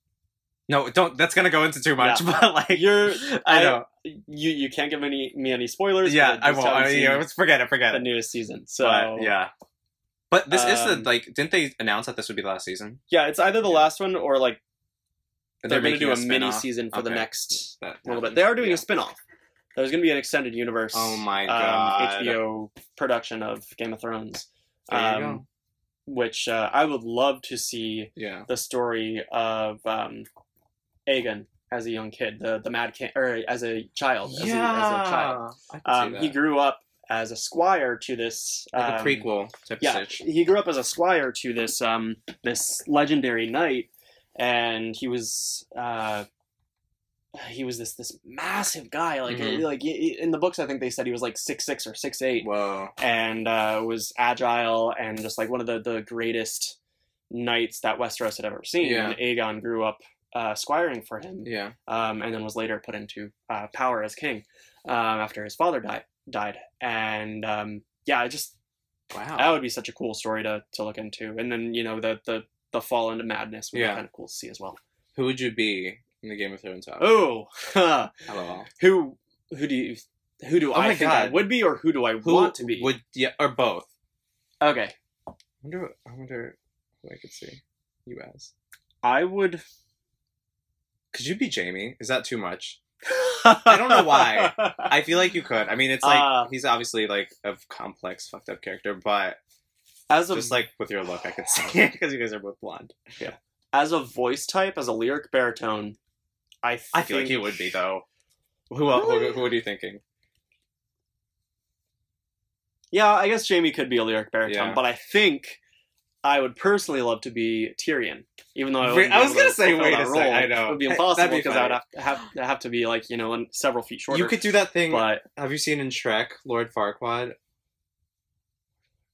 Speaker 1: No, don't. That's gonna go into too much. <laughs> But like,
Speaker 2: You're
Speaker 1: I
Speaker 2: I-
Speaker 1: know.
Speaker 2: You you can't give any me any spoilers.
Speaker 1: yeah,
Speaker 2: but
Speaker 1: I
Speaker 2: just
Speaker 1: won't.
Speaker 2: haven't
Speaker 1: I,
Speaker 2: seen
Speaker 1: yeah, let's forget it. Forget
Speaker 2: the
Speaker 1: it.
Speaker 2: newest season. So
Speaker 1: But, yeah. But this is the
Speaker 2: Um,
Speaker 1: like. Didn't they announce that this would be the last season?
Speaker 2: yeah, it's either the
Speaker 1: Yeah.
Speaker 2: last one or like
Speaker 1: That
Speaker 2: they're, going
Speaker 1: making
Speaker 2: to do a
Speaker 1: spin-off?
Speaker 2: mini season for the
Speaker 1: Okay.
Speaker 2: next
Speaker 1: That
Speaker 2: little bit.
Speaker 1: happens.
Speaker 2: They are doing
Speaker 1: Yeah.
Speaker 2: a spin off. There's going to be an extended universe.
Speaker 1: Oh my
Speaker 2: um,
Speaker 1: god.
Speaker 2: HBO production of Game of Thrones,
Speaker 1: There you
Speaker 2: um,
Speaker 1: go.
Speaker 2: which uh, I would love to see
Speaker 1: Yeah.
Speaker 2: the story of um, Aegon as a young kid, the the Mad King, or as a child, as, a, as a child.
Speaker 1: I can
Speaker 2: Um,
Speaker 1: see
Speaker 2: he
Speaker 1: that.
Speaker 2: grew up as a squire to this
Speaker 1: like a
Speaker 2: um,
Speaker 1: prequel type
Speaker 2: Yeah,
Speaker 1: of situation.
Speaker 2: he grew up as a squire to this um, this legendary knight, and he was uh, he was this this massive guy. Like
Speaker 1: Mhm.
Speaker 2: like i- i- in the books, I think they said he was like six six or six eight
Speaker 1: Whoa.
Speaker 2: and uh, was agile and just like one of the, the greatest knights that Westeros had ever seen.
Speaker 1: Yeah.
Speaker 2: And Aegon grew up uh, squiring for him,
Speaker 1: Yeah.
Speaker 2: um, and then was later put into uh, power as king um, after his father died. Died, and um, yeah, I just that
Speaker 1: Wow.
Speaker 2: would be such a cool story to, to look into. And then you know the the the fall into madness would
Speaker 1: Yeah.
Speaker 2: be kind of cool to see as well.
Speaker 1: Who would you be in the Game of Thrones opera?
Speaker 2: Oh,
Speaker 1: Hello.
Speaker 2: who who do you who do
Speaker 1: Oh
Speaker 2: I
Speaker 1: my
Speaker 2: think I
Speaker 1: God.
Speaker 2: would be, or who do I
Speaker 1: Who
Speaker 2: want to be?
Speaker 1: Would yeah or both?
Speaker 2: Okay.
Speaker 1: wonder. I wonder who I could see you as.
Speaker 2: I would.
Speaker 1: Could you be Jamie? Is that too much? I don't know why. I feel like you could. I mean, it's like
Speaker 2: Uh,
Speaker 1: he's obviously like a complex, fucked up character, but
Speaker 2: as a
Speaker 1: just like with your look, I could see <laughs> it because you guys are both blonde.
Speaker 2: as a voice type, as a lyric baritone, I
Speaker 1: I feel like
Speaker 2: think-
Speaker 1: he would be though. Who else? Who,
Speaker 2: Really?
Speaker 1: who are you thinking?
Speaker 2: Yeah, I guess Jamie could be a lyric baritone,
Speaker 1: Yeah.
Speaker 2: but I think I would personally love to be Tyrion, even though I,
Speaker 1: Wait,
Speaker 2: wouldn't
Speaker 1: I
Speaker 2: be
Speaker 1: was
Speaker 2: able
Speaker 1: gonna say,
Speaker 2: fulfill
Speaker 1: wait
Speaker 2: that
Speaker 1: a sec,
Speaker 2: role.
Speaker 1: I know.
Speaker 2: it would be
Speaker 1: Hey,
Speaker 2: impossible
Speaker 1: that'd be
Speaker 2: because I would have, have have to be like you know in- several feet shorter.
Speaker 1: You could do that thing.
Speaker 2: but
Speaker 1: Have you seen in Shrek Lord Farquaad?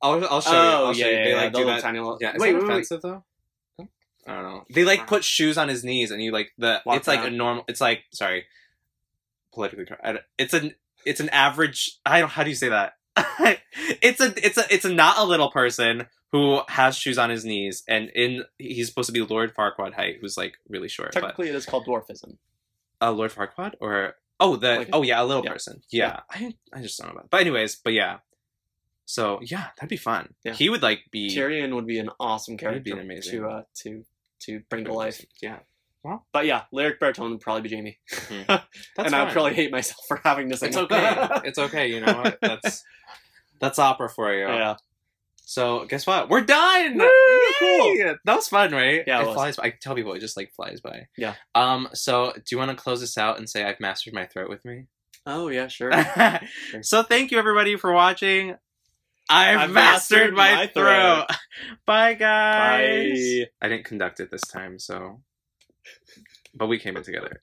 Speaker 1: I'll, I'll show you.
Speaker 2: oh
Speaker 1: I'll
Speaker 2: yeah,
Speaker 1: show you.
Speaker 2: yeah,
Speaker 1: They
Speaker 2: yeah,
Speaker 1: like
Speaker 2: the
Speaker 1: do
Speaker 2: little
Speaker 1: that.
Speaker 2: tiny little.
Speaker 1: Yeah, is
Speaker 2: wait,
Speaker 1: that
Speaker 2: wait, Hmm? wait,
Speaker 1: offensive though? I don't know. They like put shoes on his knees, and you like the.
Speaker 2: Walk
Speaker 1: it's like
Speaker 2: around.
Speaker 1: a normal. It's like sorry, politically correct. I don't- It's an it's an average. I don't. How do you say that? <laughs> it's a it's a it's a not a little person who has shoes on his knees, and in he's supposed to be Lord Farquaad height, who's like really short. But
Speaker 2: technically it is called dwarfism.
Speaker 1: uh, Lord Farquaad or oh the
Speaker 2: Like-
Speaker 1: oh yeah a little
Speaker 2: yeah.
Speaker 1: person yeah, I I just don't know about but anyways but yeah so yeah that'd be fun
Speaker 2: Yeah.
Speaker 1: he would like be
Speaker 2: Tyrion would be an awesome
Speaker 1: That
Speaker 2: character
Speaker 1: would be amazing.
Speaker 2: to uh, to to bring to life.
Speaker 1: yeah
Speaker 2: But yeah, lyric baritone would probably be Jamie,
Speaker 1: Mhm. that's
Speaker 2: and
Speaker 1: fine.
Speaker 2: I'd probably hate myself for having this.
Speaker 1: it's okay it's okay you know what that's that's opera for you
Speaker 2: <laughs> yeah.
Speaker 1: so guess what we're done
Speaker 2: Woo, cool.
Speaker 1: Yay! that was fun right
Speaker 2: Yeah, it
Speaker 1: it,
Speaker 2: was.
Speaker 1: flies by. I tell people it just like flies by
Speaker 2: Yeah.
Speaker 1: um so do you want to close this out and say I've mastered my throat with
Speaker 2: <laughs>
Speaker 1: me
Speaker 2: Oh yeah, <laughs> sure.
Speaker 1: so thank you everybody for watching. I've,
Speaker 2: I've
Speaker 1: mastered,
Speaker 2: mastered
Speaker 1: my,
Speaker 2: my
Speaker 1: throat.
Speaker 2: throat. <laughs>
Speaker 1: Bye guys.
Speaker 2: Bye.
Speaker 1: I didn't conduct it this time, so but we came in together.